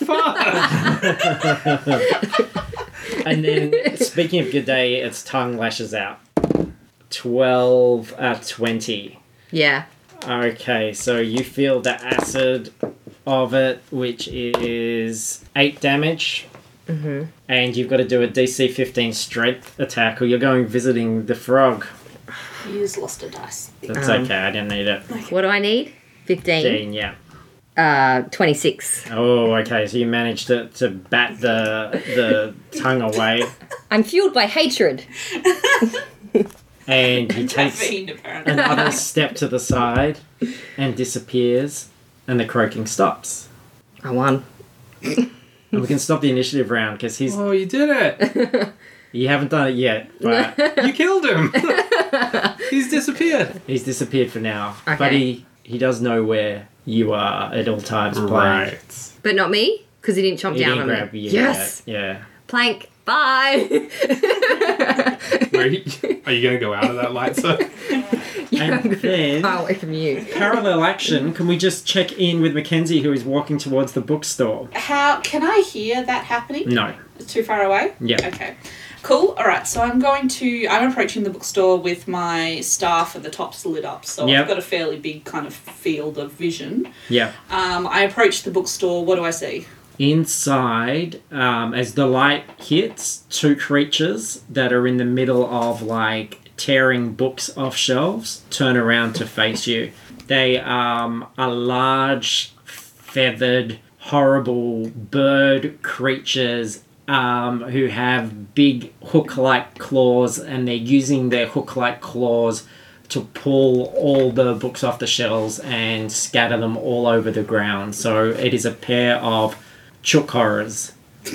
E: fuck?
B: And then, speaking of G'day, its tongue lashes out. 12 uh, 20.
D: Yeah.
B: Okay, so you feel the acid of it, which is 8 damage. Mm-hmm. And you've got to do a DC 15 strength attack, or you're going visiting the frog.
C: You just lost a dice.
B: That's
D: Um.
B: okay, I didn't need it.
D: What do I need? 15.
B: 15, yeah.
D: Uh, 26.
B: Oh, okay, so you managed to, to bat the, the tongue away,
D: I'm fueled by hatred.
B: and he takes
C: Caffeine, apparently.
B: another step to the side and disappears, and the croaking stops.
D: I won.
B: And we can stop the initiative round because he's
E: oh, you did it.
B: you haven't done it yet, but
E: You killed him. He's disappeared.
B: he's disappeared for now. But
D: Okay.
B: he he does know where you are at all times. Plank.
D: But not me, because he didn't chomp
B: He
D: down
B: didn't
D: on
B: grab
D: me.
B: you.
D: Yes.
B: Yeah.
D: Plank. Bye.
E: Where are you, are you going to go out of that light, sir?
D: yeah,
B: And
D: I'm gonna
B: then-
D: far away from you.
B: Parallel action. Can we just check in with Mackenzie, who is walking towards the bookstore?
C: How can I hear that happening?
B: No.
C: It's too far away?
B: Mm. Yeah.
C: Okay. Cool. All right. So I'm going to. I'm approaching the bookstore with my staff at the top's lit up. So
B: Yep.
C: I've got a fairly big kind of field of vision.
B: Yeah.
C: Um, I approach the bookstore. What do I see?
B: inside um, as the light hits two creatures that are in the middle of like tearing books off shelves turn around to face you they um, are large feathered horrible bird creatures um, who have big hook-like claws and they're using their hook-like claws to pull all the books off the shelves and scatter them all over the ground so it is a pair of Chook horrors.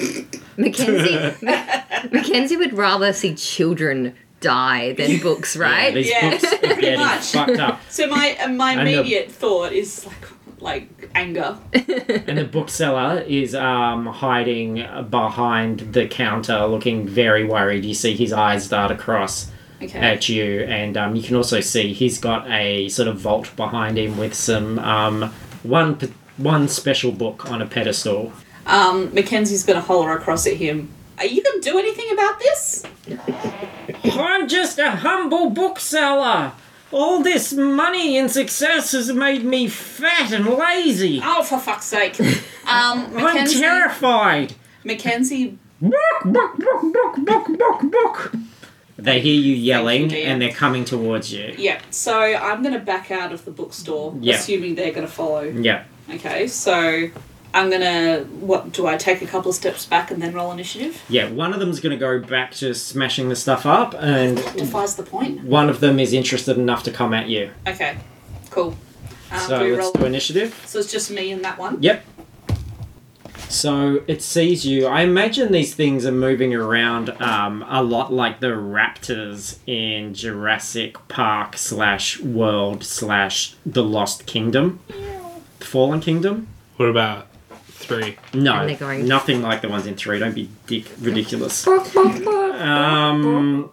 D: Mackenzie, Ma- Mackenzie would rather see children die than books, right?
B: Yeah, Uh, these
C: Yeah.
B: books are getting
C: much.
B: fucked up.
C: So my uh, my
B: the-
C: immediate thought is like like anger.
B: And the bookseller is um, hiding behind the counter, looking very worried. You see his eyes dart across
C: Okay.
B: at you, and um, you can also see he's got a sort of vault behind him with some um, one p- one special book on a pedestal.
C: Um, Mackenzie's gonna holler across at him. Are you gonna do anything about this?
B: I'm just a humble bookseller. All this money and success has made me fat and lazy.
C: Oh, for fuck's sake! Um, Mackenzie,
B: terrified.
C: Mackenzie
B: Book, book, book, book, book, book, book. They hear you yelling
C: Thank you, dear.
B: and they're coming towards you.
C: Yeah, so I'm going to back out of the bookstore,
B: Yeah.
C: assuming they're going to follow.
B: Yeah.
C: Okay, so I'm going to. What do I take a couple of steps back and then roll initiative?
B: Yeah, one of them's going to go back to smashing the stuff up, and
C: Defies the point.
B: one of them is interested enough to come at you.
C: Okay, cool. Um,
B: So
C: do we
B: let's
C: roll?
B: do initiative.
C: So it's just me and that one.
B: Yep. So it sees you. I imagine these things are moving around um, a lot like the raptors in Jurassic Park slash World slash The Lost Kingdom, Fallen Kingdom.
E: What about three?
B: No,
D: And they're going-
B: nothing like the ones in three. Don't be dick ridiculous. Um,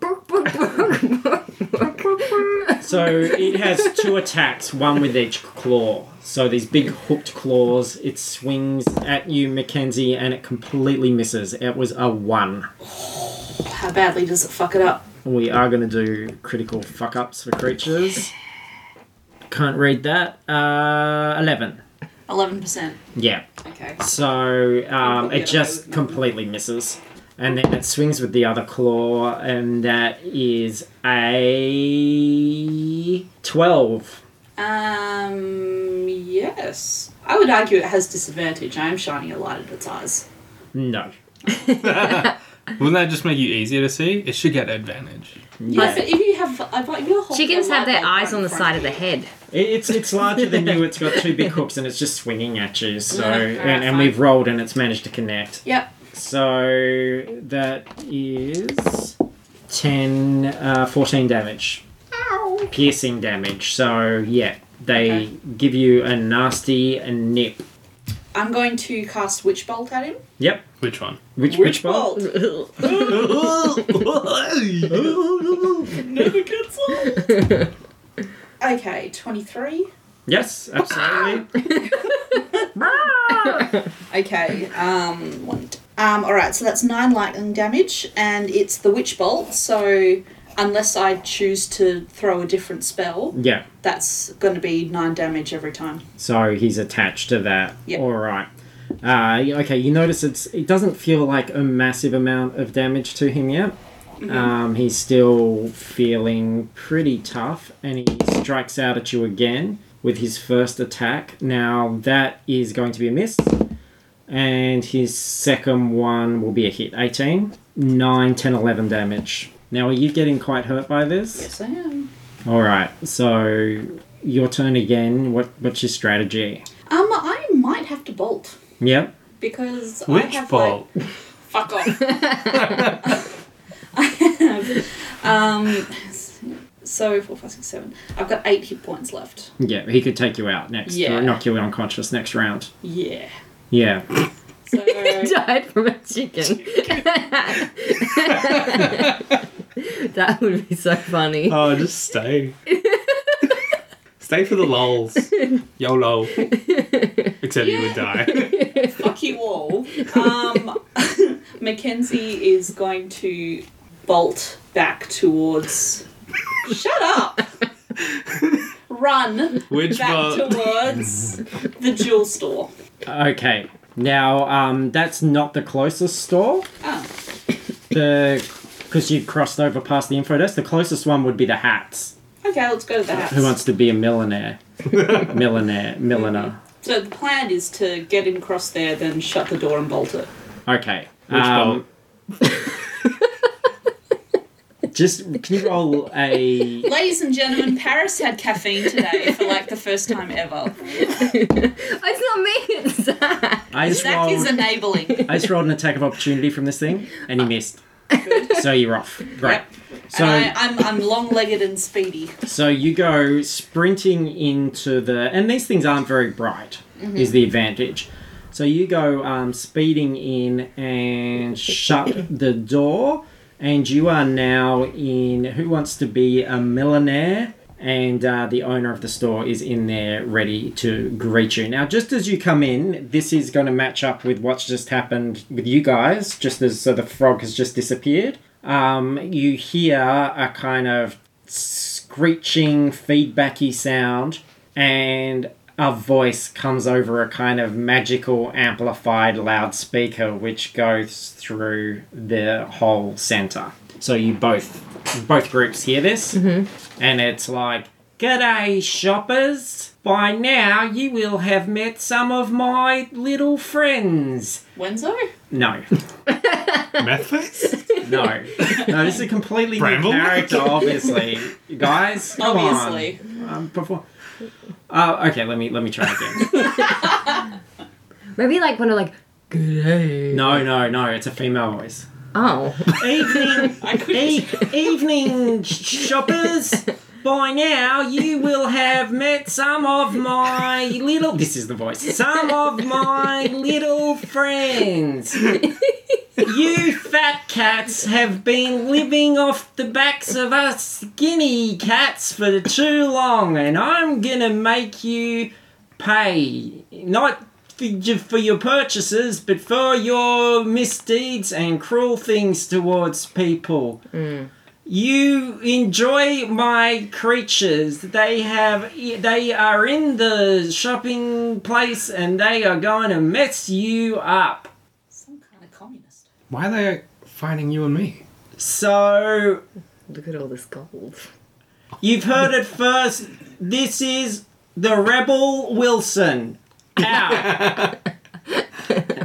B: so it has two attacks, one with each claw. So these big hooked claws. It swings at you, Mackenzie, and it completely misses. It was a one.
C: How badly does it fuck it up?
B: We are going to do critical fuck ups for creatures. Can't read that. Uh, Eleven.
C: 11%.
B: Yeah.
C: Okay.
B: So um,
C: Completely
B: it just
C: overloaded.
B: completely misses. And then it swings with the other claw, and that is a 12.
C: Um, yes. I would argue it has disadvantage. I am shining a light at its eyes.
B: No.
E: Wouldn't that just make you easier to see? It should get advantage.
C: Plus,
B: Yeah.
C: if you have. If you're holding
D: Chickens
C: a
D: have their
C: light bulb
D: eyes
C: right
D: on the
C: in front
D: side of
C: you,
D: the head.
B: It- It's it's larger than you, it's got two big hooks, and it's just swinging at you. So
C: Yeah, alright,
B: and, and
C: fine.
B: we've rolled, and it's managed to connect.
C: Yep.
B: So that is 10, uh, 14 damage. Piercing damage. So yeah, they
C: Okay.
B: give you a nasty nip.
C: I'm going to cast Witch Bolt at him.
B: Yep.
E: Which one?
B: Which which
C: Witch Bolt! Never gets old. okay, 23.
B: Yes, absolutely.
C: Okay. Um, one. d- Um, all right. So that's nine lightning damage, and it's the witch bolt. So unless I choose to throw a different spell,
B: Yeah.
C: that's going to be nine damage every time.
B: So he's attached to that.
C: Yeah.
B: All right. Uh, y- okay, you notice it's it doesn't feel like a massive amount of damage to him yet.
C: Mm-hmm.
B: Um, he's still feeling pretty tough, and he strikes out at you again with his first attack. Now that is going to be a miss, and his second one will be a hit. 18, 9, 10, 11 damage. Now are you getting quite hurt by this?
C: Yes, I am.
B: All right. So your turn again. What what's your strategy?
C: Um, I might have to bolt
B: Yep.
C: because I
E: Witch
C: have like,
E: bolt.
C: Fuck off. I have. Um, so four, five, six, seven. I've got eight hit points left.
B: Yeah, he could take you out next.
C: Yeah.
B: Or knock you unconscious next round.
C: Yeah.
B: Yeah.
C: So
D: died from a chicken. that would be so funny.
E: Oh, just stay. stay for the lols. YOLO. Except you would die.
C: fuck you all. Um, Mackenzie is going to bolt back towards. Shut up. Run
E: Which
C: back
E: bolt?
C: towards the jewel store.
B: Okay. Now, um, that's not the closest store.
C: Oh,
B: The because you crossed over past the info desk. The closest one would be the hats.
C: okay, let's go to the house.
B: Who wants to be a millionaire? millionaire, milliner.
C: So the plan is to get him across there, then shut the door and bolt it.
B: Okay.
E: Which
B: um, Just can you roll a
C: Ladies and gentlemen, Paris had caffeine today for like the first time ever.
D: It's not me, it's Zach.
B: I just
C: Zach
B: rolled
C: is enabling.
B: I just rolled an attack of opportunity from this thing, and he missed. so you're off. Great. So,
C: and I, I'm, I'm long legged and speedy.
B: so you go sprinting into the, and these things aren't very bright, is the advantage. So you go um, speeding in and shut the door, and you are now in. Who wants to be a millionaire? And uh, the owner of the store is in there ready to greet you. Now, just as you come in, this is going to match up with what's just happened with you guys, just as so the frog has just disappeared. Um, you hear a kind of screeching, feedbacky sound, and a voice comes over a kind of magical amplified loudspeaker which goes through the whole center. So you both both groups hear this, and it's like, "G'day, shoppers! By now you will have met some of my little friends."
C: Wenzo?
B: No,
E: Meth face?
B: no, no. This is a completely
E: Bramble?
B: new character, obviously. Guys, come on.
C: Obviously.
B: Um, before. Uh, okay, let me let me try again.
D: Maybe like one of like, good day.
B: no, no, no. It's a female voice.
D: Oh.
B: Evening,
C: I couldn't.
B: e- evening, shoppers. By now, you will have met some of my little. This is the voice. Some of my little friends. You fat cats have been living off the backs of us skinny cats for too long, and I'm gonna make you pay. Not for your- for your purchases, but for your misdeeds and cruel things towards people. You enjoy my creatures. They have they are in the shopping place and they are going to mess you up.
C: Some kind of communist.
E: Why are they fighting you and me?
B: So
D: Look at all this gold.
B: You've heard it first. This is the Rebel Wilson. Ow.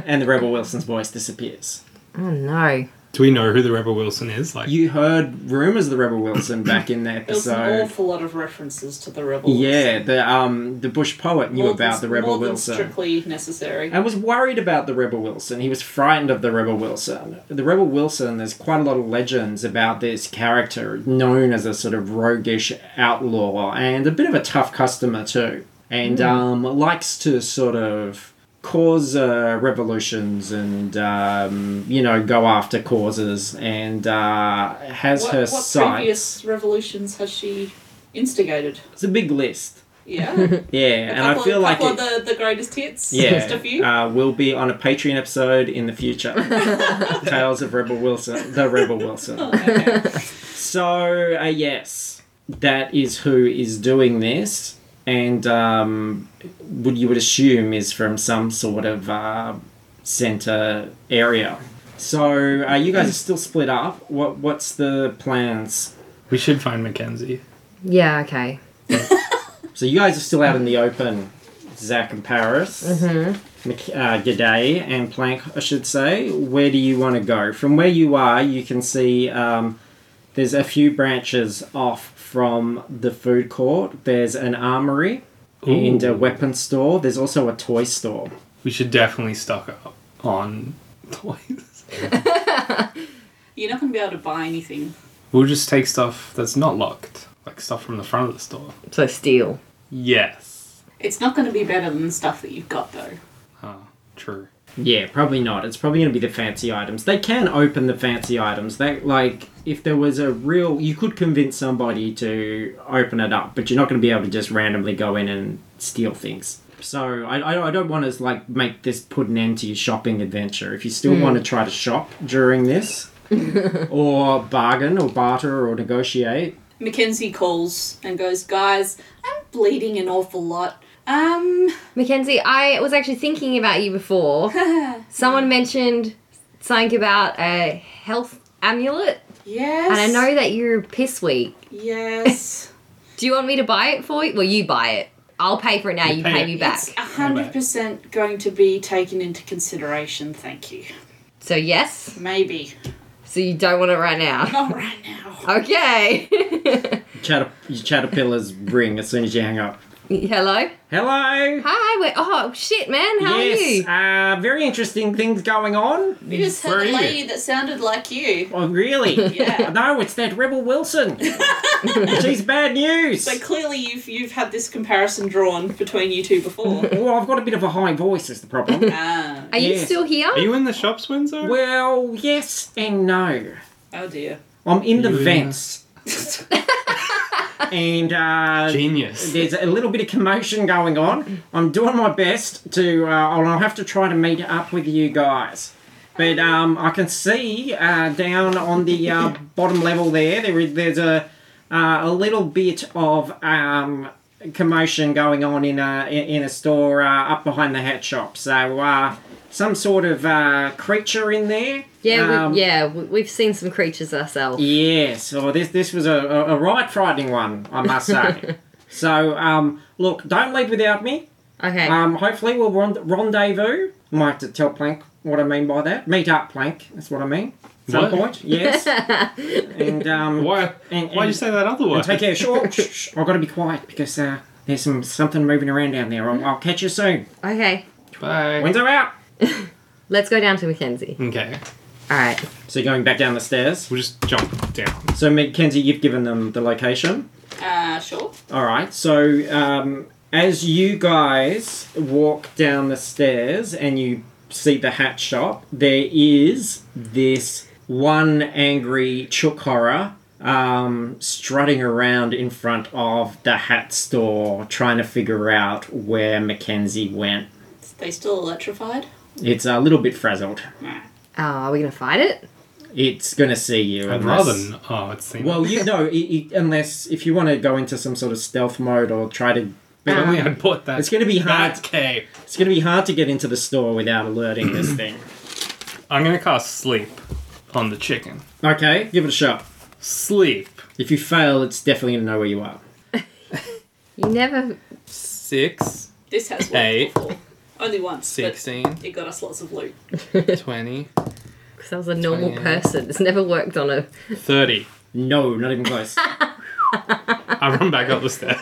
B: and the Rebel Wilson's voice disappears.
D: Oh no.
E: Do we know who the Rebel Wilson is? Like,
B: You heard rumors of the Rebel Wilson back in the
C: There was an
B: episode.
C: awful lot of references to the rebels.
B: Yeah, the um the bush poet knew
C: More than-
B: about the Rebel
C: more than
B: Wilson.
C: Strictly necessary.
B: and was worried about the Rebel Wilson. He was frightened of the Rebel Wilson. The Rebel Wilson, there's quite a lot of legends about this character, known as a sort of roguish outlaw and a bit of a tough customer too, and
C: Hmm.
B: um, likes to sort of cause uh, revolutions and um, you know go after causes and uh, has
C: what
B: her
C: what
B: sights.
C: previous revolutions has she instigated?
B: It's a big list.
C: Yeah.
B: Yeah, and I
C: Couple-
B: feel like
C: couple
B: it,
C: of the, the greatest hits. Just a few.
B: yeah, uh, will be on a Patreon episode in the future. Tales of Rebel Wilson, the Rebel Wilson.
C: Okay.
B: So uh, yes, that is who is doing this, and um, would you would assume is from some sort of uh, center area. So uh, you guys are still split up. What what's the plans?
E: We should find Mackenzie.
D: Yeah, okay.
B: So you guys are still out in the open, Zach and Paris, Mc- uh, G'day and Plank, I should say. Where do you want to go? From where you are, you can see um, there's a few branches off from the food court. There's an armory and a
E: Ooh.
B: weapon store. There's also a toy store.
E: We should definitely stock up on toys.
C: You're not going to be able to buy anything.
E: We'll just take stuff that's not locked, like stuff from the front of the store.
D: So steal.
E: Yes.
C: It's not going to be better than the stuff that you've got, though.
E: Oh, true.
B: Yeah, probably not. It's probably going to be the fancy items. They can open the fancy items. They like if there was a real, you could convince somebody to open it up, but you're not going to be able to just randomly go in and steal things. So I, I, I don't want to like make this put an end to your shopping adventure. If you still want to
D: Hmm.
B: try to shop during this, or bargain, or barter, or negotiate,
C: Mackenzie calls and goes, Guys, I'm bleeding an awful lot. Um,
D: Mackenzie, I was actually thinking about you before. Someone mentioned something about a health amulet,
C: yes.
D: and I know that you're piss weak.
C: Yes.
D: Do you want me to buy it for you? Well, you buy it. I'll pay for it now. You,
E: pay
D: pay,
E: it.
D: me back.
C: it's 100% going to be taken into consideration, thank you.
D: So yes.
C: Maybe.
D: So you don't want it right now.
C: Not right now.
D: Okay.
B: chatter, your caterpillars ring as soon as you hang up.
D: Hello.
B: Hello.
D: Hi. Wait. Oh shit, man. How
B: yes.
D: are you?
B: Uh, very interesting things going on.
C: We just
E: Where
C: heard
E: are
C: a
E: you?
C: lady that sounded like you.
B: Oh, really?
C: Yeah.
B: No, it's that Rebel Wilson. She's bad news.
C: So clearly you've you've had this comparison drawn between you two before.
B: well, I've got a bit of a high voice, is the problem.
C: ah.
D: Are you
B: yes.
D: still here?
E: Are you in the shops, Windsor?
B: well, yes and no.
C: Oh dear.
B: I'm in the
E: You in
B: vents, and uh,
E: Genius.
B: there's a little bit of commotion going on. I'm doing my best to, uh, and I'll have to try to meet up with you guys. But um, I can see uh, down on the uh, bottom level there, there is, there's a uh, a little bit of um, commotion going on in a in a store uh, up behind the hat shop. So uh, some sort of uh, creature in there.
D: Yeah.
B: Um,
D: we, yeah. We, we've seen some creatures ourselves.
B: Yes, well, this this was a, a, a right frightening one, I must say. so, um, look, don't leave without me.
D: Okay.
B: Um, hopefully, we'll rond- rendezvous. I might have to tell Plank what I mean by that. Meet up, Plank. That's what I mean. At some
E: What?
B: point, yes. and um,
E: Why?
B: And-
E: Why'd you
B: and-
E: say that other word?
B: take care. Sure. shh, shh, I've got to be quiet because uh, there's some something moving around down there. I'll, I'll catch you soon.
D: okay.
E: Bye.
B: Windsor out.
D: Let's go down to Mackenzie.
E: Okay,
D: All right.
B: So you're going back down the stairs.
E: we'll just jump down.
B: So Mackenzie, you've given them the location.
C: Uh sure.
B: All right. So um, as you guys walk down the stairs and you see the hat shop, there is this one angry chook horror um, strutting around in front of the hat store, trying to figure out where Mackenzie went.
C: They still electrified?
B: It's a little bit frazzled.
D: Oh, are we gonna fight it?
B: It's gonna see you.
E: I'd
B: unless-
E: rather. n- Oh, it's seen.
B: Well, you know, it, it, unless if you want to go into some sort of stealth mode or try to.
E: If only I'd bought that.
B: It's gonna be hard.
E: Bat cape.
B: It's going to be hard to get into the store without alerting this thing.
E: I'm gonna cast sleep on the chicken.
B: Okay, give it a shot.
E: Sleep.
B: If you fail, it's definitely going to know where you are.
D: You never.
E: Six,
C: This has worked
E: Eight.
C: before. Only once.
E: sixteen,
C: But it got us lots of loot.
E: twenty,
D: Because I was a normal
E: Twenty-eight.
D: person. It's never worked on a.
E: thirty.
B: No, not even close.
E: I run back up the stairs.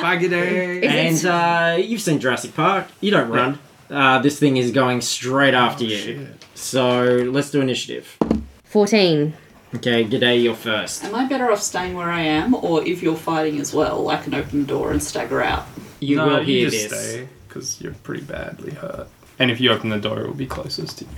E: Bye, good day.
B: and uh, you've seen Jurassic Park. You don't run. Uh, this thing is going straight
E: Oh,
B: after you. So let's do initiative.
D: Fourteen.
B: Okay, G'day, you're first.
C: Am I better off staying where I am, or if you're fighting as well, I can open the door and stagger out?
B: You
E: no,
B: will
E: you
B: hear
E: just
B: this.
E: stay because you're pretty badly hurt. And if you open the door, it will be closest to you.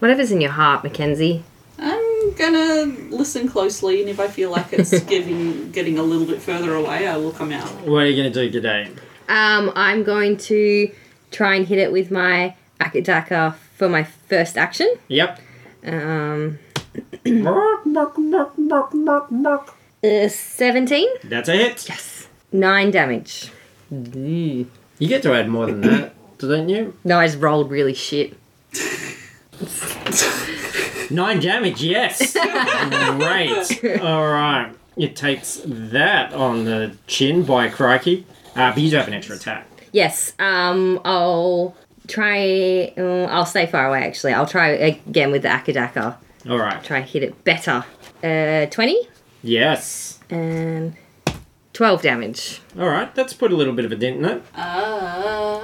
D: Whatever's in your heart, Mackenzie.
C: Um, I'm gonna listen closely, and if I feel like it's giving getting a little bit further away, I will come out.
B: What are you going to do today?
D: Um, I'm going to try and hit it with my Akadaka for my first action.
B: Yep.
D: Um,
B: Bark, bark, bark, bark, bark, bark.
D: uh, 17,
B: That's a hit.
D: 9 damage.
B: You get to add more than that, don't you?
D: No, I just rolled really shit.
B: Nine damage, yes. Great. All right. It takes that on the chin by crikey. Uh, but you do have an extra attack.
D: Yes, um, I'll try. mm, I'll stay far away actually. I'll try again with the Akadaka.
B: All right.
D: Try and hit it better. Uh, 20
B: Yes.
D: and 12 damage.
B: All right. That's put a little bit of a dent in it.
C: Ah.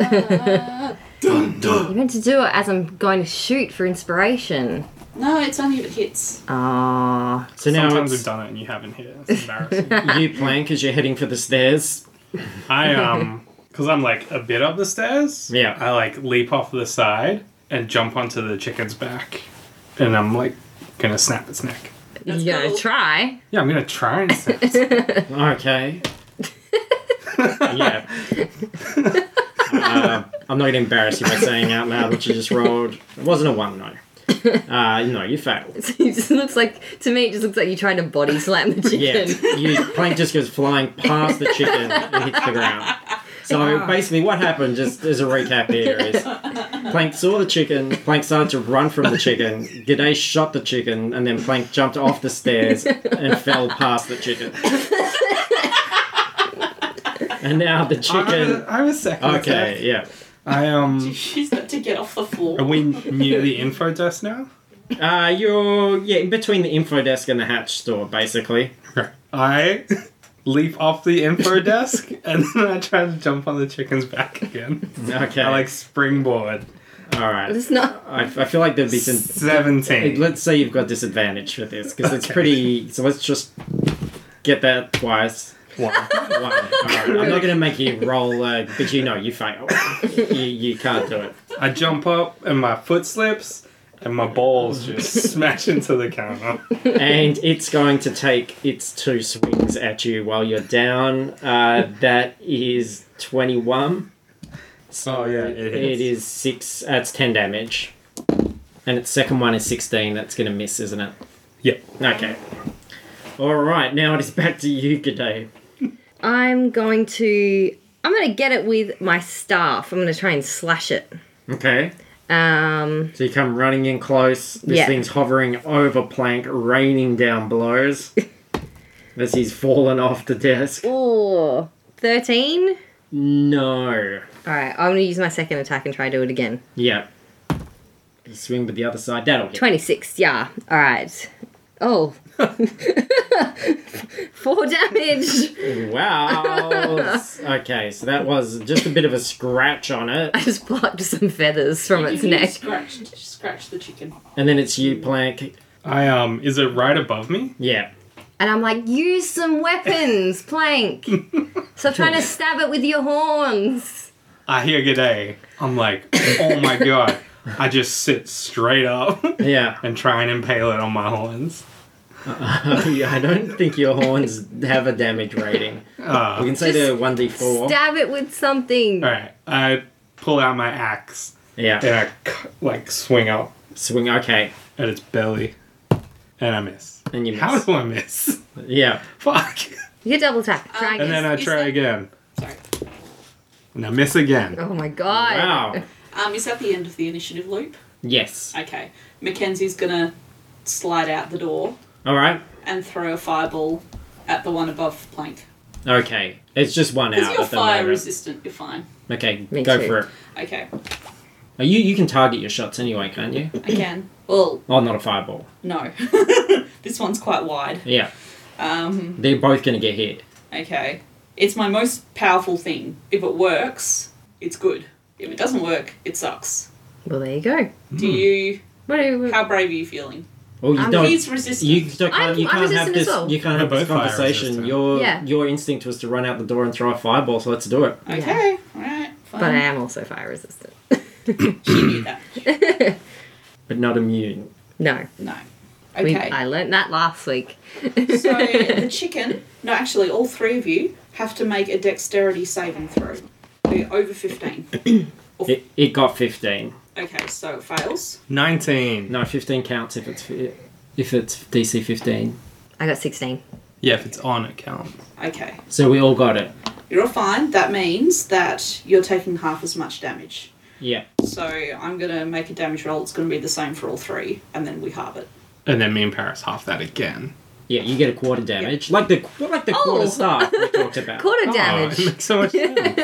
D: You meant to do it as I'm going to shoot for inspiration.
C: no, it's only if it hits.
D: Ah.
B: So now
E: Sometimes
B: it's
E: we've done it and you haven't hit it. It's embarrassing.
B: you plank as you're heading for the stairs.
E: I um, because I'm like a bit up the stairs.
B: Yeah.
E: I like leap off the side and jump onto the chicken's back, and I'm like gonna snap its neck.
C: That's
D: You're gonna
C: cool.
D: try.
E: Yeah, I'm gonna try and snap. its neck.
B: Okay. yeah. Uh, I'm not going to embarrass you by saying out loud what you just rolled. It wasn't a one, no. Uh, no, you failed.
D: it just looks like to me. It just looks like you tried to body slam the
B: Yeah,
D: chicken.
B: you plank just goes flying past the chicken and hits the ground. So basically, what happened, just as a recap here, is Plank saw the chicken, Plank started to run from the chicken, G'day shot the chicken, and then Plank jumped off the stairs and fell past the chicken. and now the chicken.
E: I was second.
B: Okay, yeah.
E: I um.
C: She's got to get off the
E: Are
C: floor.
E: we near the info desk now?
B: Uh, you're yeah in between the info desk and the hatch store, basically.
E: I leap off the info desk and then I try to jump on the chicken's back again.
B: Okay,
E: I like springboard.
B: all right.
D: It's not.
B: I, I feel like there'd be some
E: 17.
B: Let's say you've got disadvantage for this because it's
E: Okay.
B: pretty. So let's just get that twice.
E: One.
B: One. All right. I'm not going to make you roll, uh, but you know you fail. you, you can't do it.
E: I jump up and my foot slips and my balls just smash into the counter.
B: And it's going to take its two swings at you while you're down. Uh, that is 21.
E: Oh, yeah, it
B: It
E: hits.
B: is six. That's ten damage. And its second one is sixteen. That's going to miss, isn't it?
E: Yep.
B: Okay. All right. Now it is back to you, G'day.
D: I'm going to. I'm going to get it with my staff. I'm going to try and slash it.
B: Okay.
D: Um.
B: So you come running in close. This
D: Yeah.
B: thing's hovering over plank, raining down blows. as he's fallen off the desk.
D: Oh, 13.
B: No.
D: All right, I'm going to use my second attack and try to do it again.
B: Yeah. You swing with the other side. That'll hit.
D: 26, yeah. All right. Oh. Four damage.
B: Wow. okay, so that was just a bit of a scratch on it.
D: I just plucked some feathers from its
C: You
D: neck.
C: Scratched, scratched the chicken.
B: And then it's you, Plank.
E: I um is it right above me?
B: Yeah.
D: And I'm like, use some weapons, Plank. Stop trying to stab it with your horns.
E: I hear g'day. I'm like, oh my god. I just sit straight up
B: Yeah.
E: and try and impale it on my horns.
B: I don't think your horns have a damage rating.
E: Uh,
B: We can say they're 1d4.
D: Stab it with something.
E: Oh, all right. I pull out my axe
B: yeah.
E: and I c- like swing up
B: Swing. Okay.
E: at its belly, and I miss.
B: And you miss.
E: How do I miss?
B: Yeah.
E: Fuck.
D: You get double attack. Try
C: Um,
E: And
D: again.
E: then I
C: Is- is
E: try
C: that-
E: again,
C: Sorry.
E: and I miss again.
D: Oh my god.
B: Wow.
C: Um, is that the end of the initiative loop?
B: Yes.
C: Okay. Mackenzie's gonna slide out the door
B: All right.
C: and throw a fireball at the one above the plank.
B: Okay. It's just one
C: Because
B: out.
C: you're
B: at the
C: fire
B: moment.
C: resistant, you're fine.
B: Okay.
D: Me
B: go
D: too.
B: for it.
C: Okay.
B: Oh, you you can target your shots anyway, can't you?
C: I can. Well,
B: Oh, not a fireball.
C: no. this one's quite wide.
B: Yeah.
C: Um,
B: They're both gonna get hit.
C: okay. It's my most powerful thing. If it works, it's good. If it doesn't work, it sucks.
D: Well, there you go.
C: Do you?
D: What do we-
C: How brave are you feeling?
B: Well, Oh, you
D: Um,
B: don't.
C: He's resistant.
B: You don't- can't,
D: I'm-
B: you can't
D: I'm
B: have
D: resistant
B: this.
D: as well.
B: You can't have
E: We're
B: this
E: both fire
B: conversation.
E: resistant.
B: Your
D: Yeah.
B: your instinct was to run out the door and throw a fireball, so let's do it.
C: okay. All right. Fine.
D: But uh, I am also fire resistant.
C: She knew that.
B: But not immune.
D: No.
C: No.
D: We,
C: Okay.
D: I learnt that last week.
C: So the chicken, no, actually, all three of you have to make a dexterity saving throw. You're over 15.
B: It, it got 15.
C: Okay, so it fails.
E: 19.
B: No, 15 counts if it's if it's DC 15.
D: I got 16.
E: Yeah, if it's on, it counts.
C: Okay,
B: So we all got it.
C: you're all fine. That means that you're taking half as much damage.
B: Yeah.
C: So I'm going to make a damage roll. It's going to be the same for all three, and then we halve it.
E: And then me and Paris half that again.
B: Yeah, you get a quarter damage. Like the like the
D: Oh.
B: quarter staff we talked about.
D: Quarter
E: Oh, it
D: damage.
E: makes so much sense.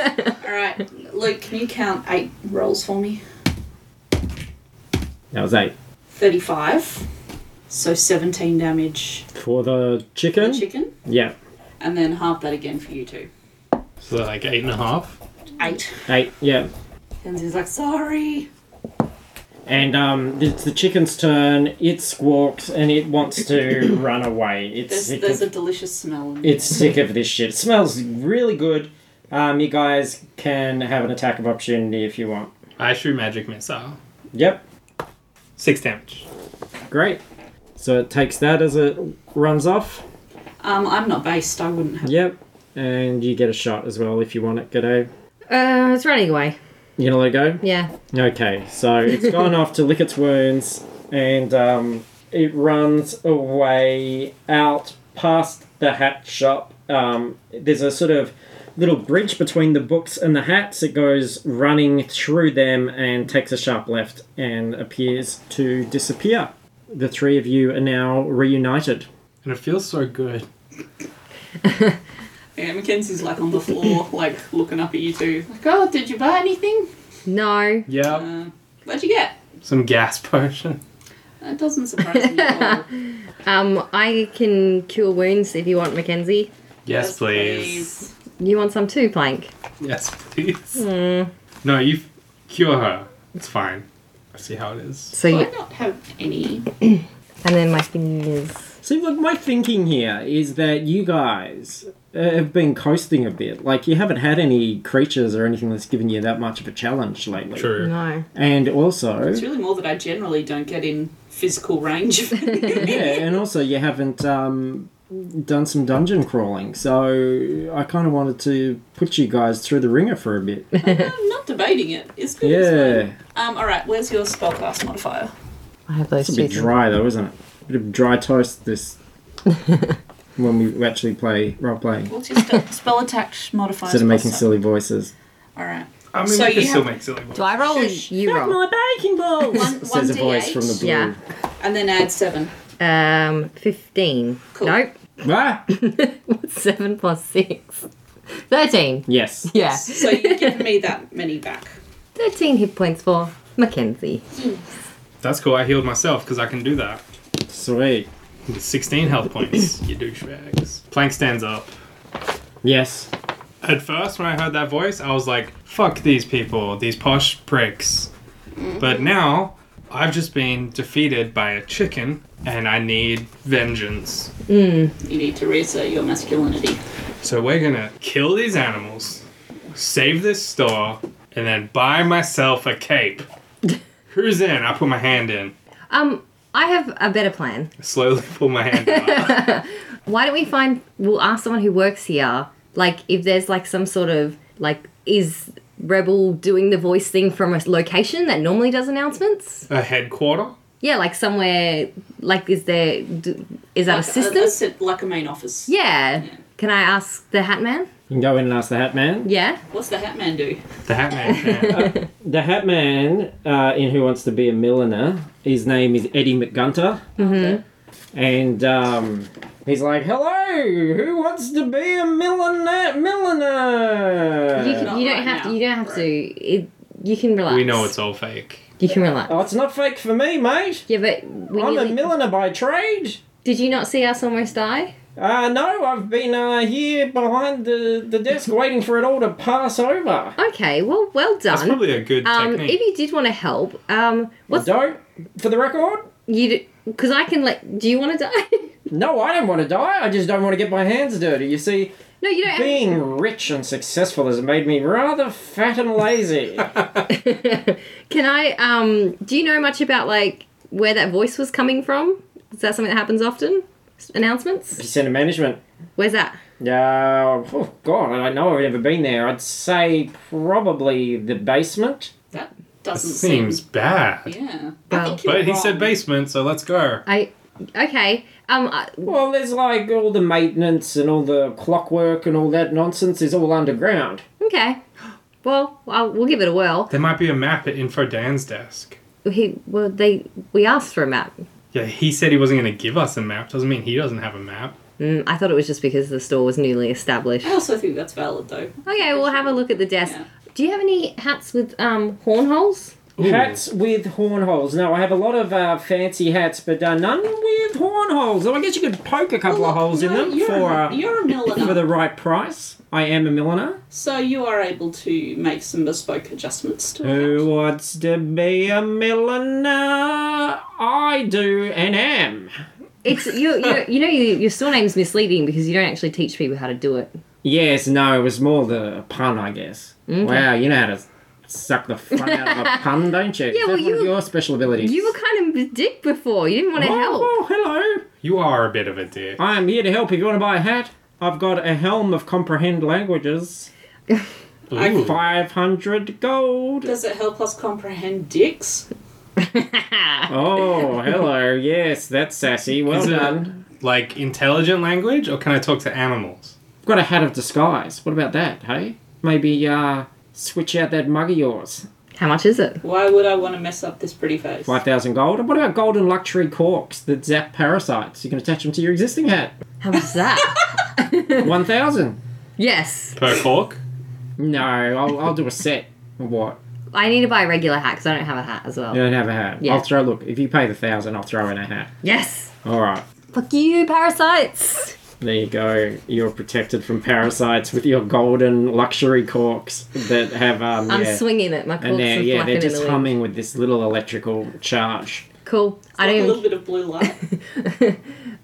C: All right, Luke, can you count eight rolls for me?
B: That was eight.
C: 35. So 17 damage
B: For the
C: for
B: chicken?
C: the chicken,
B: Yeah.
C: and then half that again for you two.
E: so like eight and a half.
C: Eight.
B: Eight, yeah.
C: And he's like, sorry.
B: And um, it's the chicken's turn. It squawks and it wants to run away. It's
C: There's,
B: sick
C: there's a
B: of,
C: delicious smell in there.
B: it's sick of this shit. It smells really good. Um, you guys can have an attack of opportunity if you want.
E: I shoot magic missile.
B: Yep,
E: Six damage.
B: great. So it takes that as it runs off.
C: Um, I'm not based. I wouldn't have.
B: Yep, and you get a shot as well if you want it. G'day.
D: Uh, it's running away.
B: You gonna let it go?
D: Yeah.
B: Okay, so it's gone off to lick its wounds and um, it runs away out past the hat shop. Um, there's a sort of little bridge between the books and the hats. It goes running through them and takes a sharp left and appears to disappear. The three of you are now reunited.
E: And it feels so good.
C: Yeah, Mackenzie's like on the floor, like looking up at you two. Like, oh, did you buy anything?
D: No.
E: Yeah.
C: Uh, what'd you get?
E: Some gas potion.
C: That doesn't surprise me at all.
D: Um, I can cure wounds if you want, Mackenzie.
C: Yes,
E: Yes, please.
D: You want some too, Plank?
E: Yes, please. No, you f- cure her. It's fine. I see how it is.
D: So,
C: Do I
D: you,
C: not have any?
D: and then my fingers.
B: See, look, my thinking here is that you guys uh, have been coasting a bit. Like, you haven't had any creatures or anything that's given you that much of a challenge lately.
E: True.
D: No.
B: And also,
C: It's really more that I generally don't get in physical range. of
B: yeah, and also you haven't um, done some dungeon crawling. So I kind of wanted to put you guys through the ringer for a bit.
C: I'm not debating it. It's good. it's
B: Yeah,
C: fine. Um. All right. Where's your spellcast modifier?
D: I have
B: it's
D: those
B: a
D: two.
B: bit
D: things.
B: dry though, isn't it? Bit of dry toast this when we actually play role playing.
C: What's your spell, spell attack modifier?
B: Instead of making silly voices.
C: All right.
E: I mean,
C: So
E: we can
C: you
E: still
C: have-
E: make silly ones.
D: Do I roll? or
C: Shush.
D: You roll.
B: baking balls!
C: One-
B: Says a
C: one
B: voice
C: D8?
B: from the blue.
D: Yeah.
C: And then add seven.
D: Um, fifteen.
C: Cool.
D: Nope.
B: Ah!
D: Seven plus six. Thirteen.
B: Yes.
D: Yeah.
C: So you've given me that many back.
D: Thirteen hit points for Mackenzie.
E: That's cool. I healed myself because I can do that.
B: Sweet.
E: With 16 health points, you douchebags. Plank stands up.
B: Yes.
E: At first, when I heard that voice, I was like, fuck these people, these posh pricks. But now, I've just been defeated by a chicken and I need vengeance.
C: You need to reassert your masculinity.
E: So we're gonna kill these animals, save this store, and then buy myself a cape. Who's in? I put my hand in.
D: Um, I have a better plan.
E: I slowly pull my hand out.
D: Why don't we find? We'll ask someone who works here. Like, if there's like some sort of like, is Rebel doing the voice thing from a location that normally does announcements?
E: a headquarter?
D: Yeah, like somewhere. Like, is there? Do, is that a
C: A,
D: system?
C: a sit- like a main office.
D: yeah. Can I ask the Hat Man?
B: You can go in and ask the Hat Man.
D: Yeah.
C: What's the hat man do?
E: The hat man. can.
B: The Hat Man uh, in Who Wants to Be a Milliner, his name is Eddie McGunter. And um, he's like, hello, who wants to be a milliner? milliner?
D: You,
B: Uh,
D: can-
C: Not
D: you don't
C: right
D: have to.
C: now.
D: You don't have to. It, you can relax.
E: we know it's all fake.
D: You can relax.
B: oh, it's not fake for me, mate.
D: Yeah, but we
B: I'm a
D: nearly-
B: milliner by trade.
D: did you not see us almost die?
B: Uh, no, I've been uh, here behind the, the desk waiting for it all to pass over.
D: Okay, well, well
E: That's
D: done.
E: probably a good
D: Um,
E: technique.
D: if you did want to help, um, what's
B: Don't, for the record,
D: you? Because I can let. Do you want to die?
B: no, I don't want to die. I just don't want to get my hands dirty. You see,
D: no, you don't.
B: Being rich and successful has made me rather fat and lazy.
D: Have, can I? Um, do you know much about like where that voice was coming from? Is that something that happens often? S- Announcements?
B: Percent of management.
D: Where's that?
B: Yeah, oh God, I don't know. I've never been there. I'd say probably the basement.
C: That
E: That
C: doesn't seem.
E: seems bad.
C: Yeah. I
D: Well-
C: think you're
E: But he
C: wrong.
E: said basement, so let's go.
D: I okay. Um, I,
B: Well, there's like all the maintenance and all the clockwork and all that nonsense is all underground.
D: okay. Well, I'll, we'll give it a whirl.
E: There might be a map at Info Dan's desk.
D: He, well, they we asked for a map.
E: Yeah, he said he wasn't going to give us a map. Doesn't mean he doesn't have a map.
D: Mm, I thought it was just because the store was newly established.
C: I
B: Oh,
C: also think that's valid though.
D: Okay, we'll have a look at the desk.
C: Yeah.
D: Do you have any hats with um horn holes?
E: Ooh.
B: Hats with horn holes. No, I have a lot of uh, fancy hats, but uh, none with horn holes. Well, I guess you could poke a couple of
C: Well,
B: holes in
C: Oh, no,
B: them
C: you're
B: for
C: a,
B: uh,
C: you're a milliner,
B: for the right price. I am a milliner.
C: so you are able to make some bespoke adjustments to
B: Who
C: it.
B: wants to be a milliner? I do and am.
D: It's you. You, you know you, your store name's misleading because you don't actually teach people how to do it.
B: Yes, no, it was more the pun, I guess. Wow, you know how to suck the fun out of a pun, don't you? Is that
D: well,
B: one of
D: you-
B: your special abilities.
D: You were kind of a dick before. You didn't want to
B: oh,
D: help.
B: oh, hello.
E: You are a bit of a dick.
B: I am here to help. If you want to buy a hat, I've got a helm of comprehend languages.
E: Ooh.
B: Five hundred gold.
C: Does it help us comprehend dicks?
B: Oh, hello. Yes, that's sassy. Well
E: Is it-
B: done.
E: Like intelligent language, or can I talk to animals?
B: I've got a hat of disguise. What about that? Hey, maybe uh, switch out that mug of yours.
D: How much is it?
C: Why would I want to mess up this pretty face?
B: Five thousand gold. And what about golden luxury corks that zap parasites? You can attach them to your existing hat.
D: How much is that?
B: One thousand.
D: yes,
E: Per cork?
B: No, I'll, I'll do a set. Or What?
D: I need to buy a regular hat because I don't have a hat as well.
B: You don't have a hat.
D: Yeah.
B: I'll throw. Look, if you pay the thousand, I'll throw in a hat.
D: Yes.
B: All right.
D: Fuck you, parasites.
B: There you go. You're protected from parasites with your golden luxury corks that have um
D: I'm
B: yeah.
D: swinging it. My corks
B: and they're
D: are
B: yeah
D: flapping
B: they're
D: in
B: just
D: the wind.
B: humming with this little electrical charge.
D: Cool. I
C: Like
D: don't.
C: a little
D: Even,
C: bit of blue light.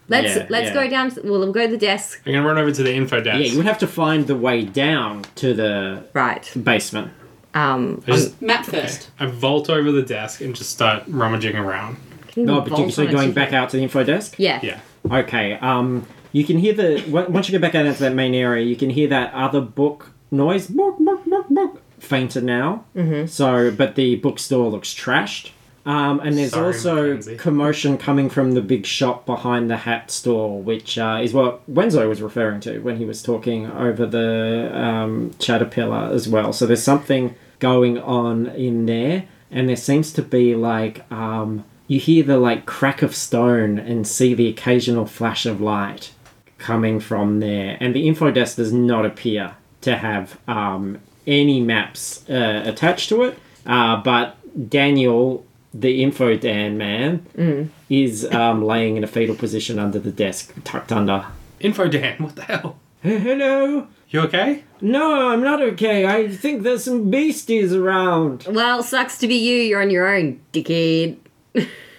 D: let's
B: Yeah,
D: let's
B: yeah.
D: go down. To, well, we'll go to the desk.
E: I'm gonna run over to the info desk.
B: Yeah, you would have to find the way down to the
D: Right.
B: basement.
D: Um.
E: I just
C: Map first.
E: I vault over the desk and just start rummaging around.
D: can you
B: No,
D: bolt on a
B: particularly going
D: chicken?
B: back out to the info desk.
D: Yeah.
E: Yeah.
B: Okay. Um, you can hear the on- once you go back out into that main area, you can hear that other book noise. Book, book, book, book. Fainter now. Mm-hmm. So, but the bookstore looks trashed. Um, and there's
E: Sorry,
B: also
E: Mackenzie.
B: commotion coming from the big shop behind the hat store, which uh, is what Wenzo was referring to when he was talking over the um, Chatterpillar as well. So there's something going on in there, and there seems to be like um, you hear the like crack of stone and see the occasional flash of light coming from there, and the info desk does not appear to have um, any maps uh, attached to it. Uh, but Daniel, the info Dan man, is um, laying in a fetal position under the desk, tucked under.
E: Info Dan, what the hell?
B: Hello.
E: You okay?
B: No, I'm not okay. I think there's some beasties around.
D: Well, sucks to be you. You're on your own, dickhead.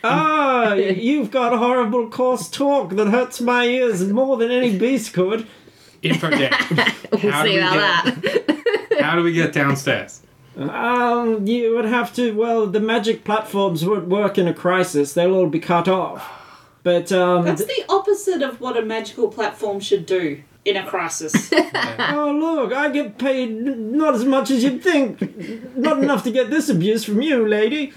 B: Ah, you've got horrible coarse talk that hurts my ears more than any beast could.
E: Info Dan.
D: We'll
E: How do
D: see
E: we
D: about
E: get-
D: that.
E: How do we get downstairs?
B: Um, you would have to. Well, the magic platforms would work in a crisis. They'll all be cut off. But um,
C: That's the opposite of what a magical platform should do in a crisis.
B: oh look, I get paid n- not as much as you'd think. Not enough to get this abuse from you, lady.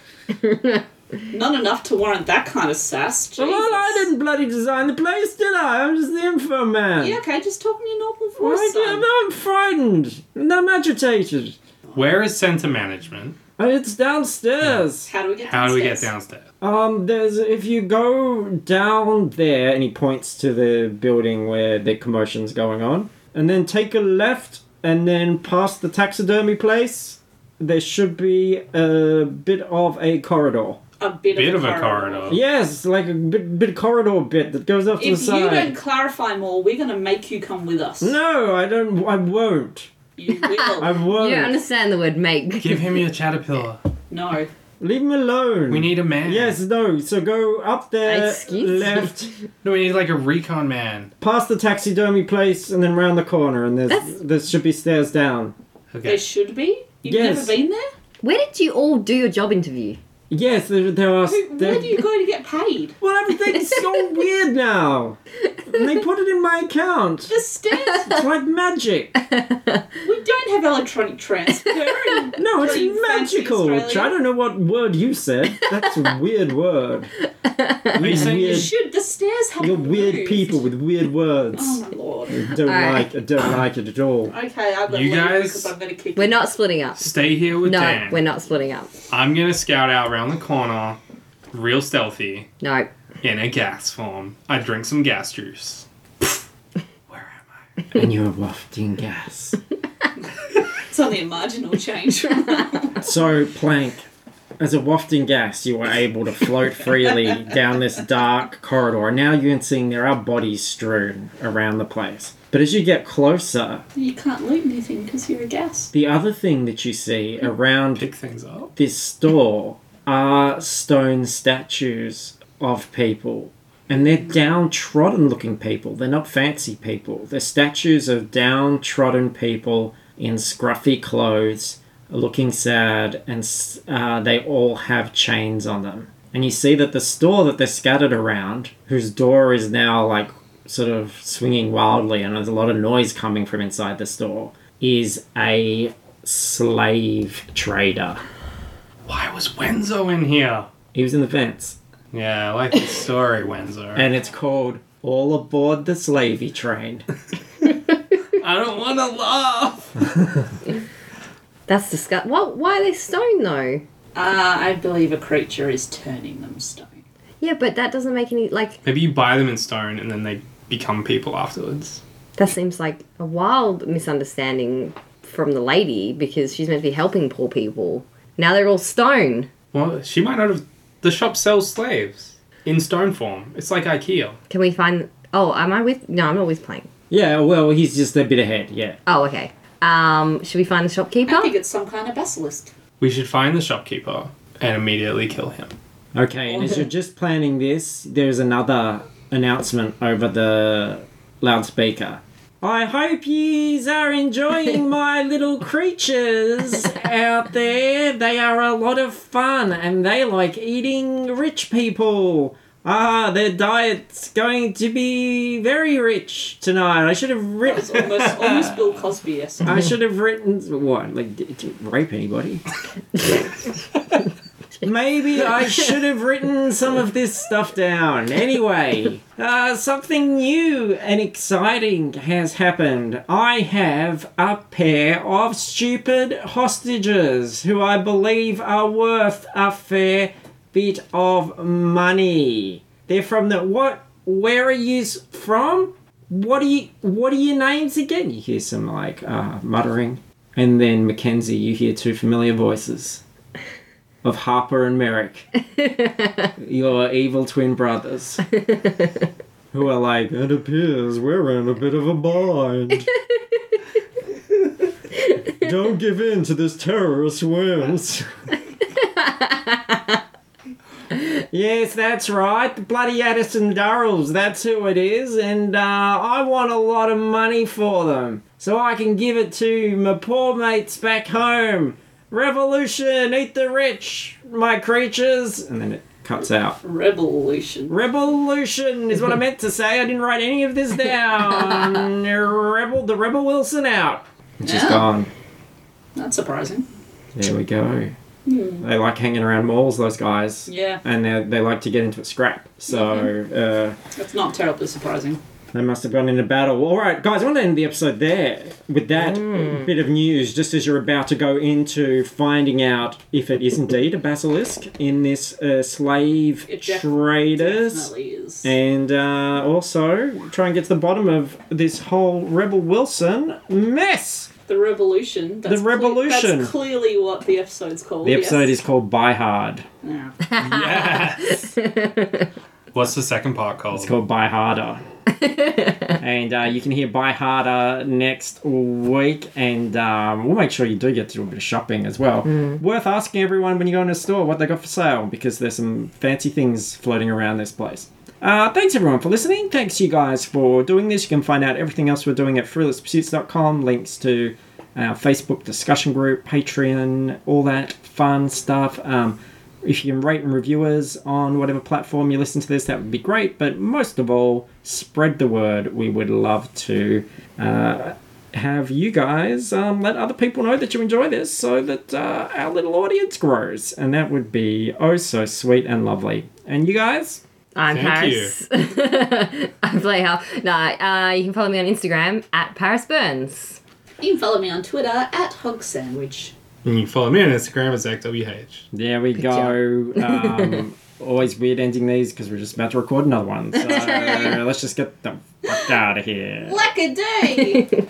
C: Not enough to warrant that kind of sass. Jesus.
B: Well, I didn't bloody design the place, did I? I'm just the info man.
C: Yeah, okay, just talk in your normal
B: Well,
C: voice. son.
B: I, am frightened. And I'm agitated.
E: Where is center management?
B: And It's downstairs.
C: How do we get
E: How do we get
C: downstairs?
E: downstairs?
B: Um, there's if you go down there, and he points to the building where the commotion's going on, and then take a left, and then past the taxidermy place, there should be a bit of a corridor.
C: A bit,
E: Bit
C: of,
E: of a corridor.
B: Yes, like a bit, bit corridor bit that goes off to
C: If
B: the
C: you
B: side.
C: don't clarify more, we're going to make you come with us.
B: No, I don't. I won't.
C: You will.
B: I
D: You
B: won't.
D: don't understand the word make.
E: Give him your caterpillar.
C: no.
B: Leave him alone.
E: We need a man.
B: Yes, no. So go up there,
D: Excuse me?
B: left,
E: No, we need like a recon man.
B: past the taxidermy place, and then round the corner, and there's there should be stairs down.
E: Okay.
C: There should be. You've
B: Yes.
C: never been there?
D: Where did you all do your job interview?
B: Yes, there, there are.
C: Who,
B: there-
C: where do you go to get paid?
B: well, everything's so weird now. And they put it in my account.
C: The stamps.
B: It's like magic.
C: we don't have electronic transfer. and-
B: No, it's
C: Pretty fancy
B: magical. Which I
C: Australia.
B: don't know what word you said. That's a weird word.
E: Are you saying
C: You
E: you
B: Weird.
C: should. The stairs have.
B: You're weird
C: moved.
B: people with weird words.
C: Oh my lord.
B: Don't
D: All right.
B: like. I don't like it at all.
C: Okay, I'm gonna
E: You
C: leave
E: guys-
C: because I'm gonna kick.
D: We're
C: you.
D: not splitting up.
E: stay here with
D: No,
E: Dan?
D: we're not splitting up.
E: I'm gonna scout out round the corner, real stealthy,
D: No.
E: in a gas form. I drink some gas juice. Where am
B: And you're wafting gas.
C: It's only a marginal change.
B: So, Plank, as a wafting gas, you were able to float freely down this dark corridor. Now you can see there are bodies strewn around the place. But as you get closer,
C: you can't loot anything because you're a gas.
B: the other thing that you see
E: I?
B: around
E: Pick things up.
B: this store are stone statues of people. And they're downtrodden looking people. They're not fancy people. They're statues of downtrodden people in scruffy clothes, looking sad, and s- uh, they all have chains on them. And you see that the store that they're scattered around, whose door is now like sort of swinging wildly, and there's a lot of noise coming from inside the store, is a slave trader.
E: Why was Wenzo in here?
B: He was in the fence.
E: Yeah, I like the story, Wenzo.
B: And it's called All Aboard the Slavey Train.
E: I don't want to laugh.
D: That's disgust. What? Why are they stone though?
C: Uh, I believe a creature is turning them stone.
D: Yeah, but that doesn't make any like.
E: Maybe you buy them in stone and then they become people afterwards.
D: That seems like a wild misunderstanding from the lady because she's meant to be helping poor people. Now they're all stone.
E: Well, she might not have. The shop sells slaves in stone form. It's like IKEA.
D: Can we find? Oh, am I with? No, I'm not with Plank.
B: yeah, well, he's just a bit ahead, yeah.
D: Oh, okay. Um, should we find the shopkeeper?
C: I think it's some kind of basilisk.
E: We should find the shopkeeper and immediately kill him.
B: Okay, and as you're just planning this, there's another announcement over the loudspeaker. I hope yous are enjoying my little creatures out there. They are a lot of fun and they like eating rich people. Ah, their diet's going to be very rich tonight. I should have written
C: It's almost almost Bill Cosby esque.
B: I should have written what? Like, did you rape anybody? Maybe I should have written some of this stuff down. Anyway, uh, something new and exciting has happened. I have a pair of stupid hostages who I believe are worth a fair bit of money. They're from the what? Where are you from? what are you what are your names again you hear some like uh, muttering and then mackenzie you hear two familiar voices of harper and merrick your evil twin brothers who are like it appears we're in a bit of a bind don't give in to this terrorist whims Yes, that's right. The bloody Addison Durrells, that's who it is. And uh, I want a lot of money for them. So I can give it to my poor mates back home. Revolution, eat the rich, my creatures. And then it cuts out.
C: Revolution.
B: Revolution is what I meant to say. I didn't write any of this down. Rebel, the Rebel Wilson out. And she's
C: Yeah.
B: gone.
C: That's surprising.
B: There we go. They like hanging around malls, those guys.
C: Yeah.
B: And they they like to get into a scrap. So, uh,
C: That's not terribly surprising.
B: They must have gone into battle. All right, guys, I want to end the episode there with that
C: Mm.
B: bit of news just as you're about to go into finding out if it is indeed a basilisk in this uh, slave
C: It def-
B: traders.
C: Definitely is.
B: And uh, also try and get to the bottom of this whole Rebel Wilson mess.
C: The revolution. That's cle-
B: revolution.
C: that's clearly what the episode's called.
B: The episode
C: Oh, yes.
B: is called Buy Hard.
C: Yeah.
E: Yes. What's the second part called?
B: It's called Buy Harder. and uh, you can hear Buy Harder next week. And um, we'll make sure you do get to do a bit of shopping as well. Worth asking everyone when you go in a store what they got for sale because there's some fancy things floating around this place. Uh, thanks everyone for listening. Thanks you guys for doing this. You can find out everything else we're doing at fruitlesspursuits.com. Links to our Facebook discussion group, Patreon, all that fun stuff. Um, If you can rate and review us on whatever platform you listen to this, that would be great. But most of all, spread the word. We would love to uh, have you guys um, let other people know that you enjoy this so that uh, our little audience grows. And that would be oh so sweet and lovely. And you guys?
D: I'm
E: Thank you.
D: Paris. I play how. Nah, uh, you can follow me on Instagram at Paris Burns.
C: You can follow me on Twitter at Hog Sandwich.
E: And you can follow me on Instagram at ZachWH.
B: There we go. Um, always weird ending these because we're just about to record another one. So let's just get the fuck out of here.
C: Like a day!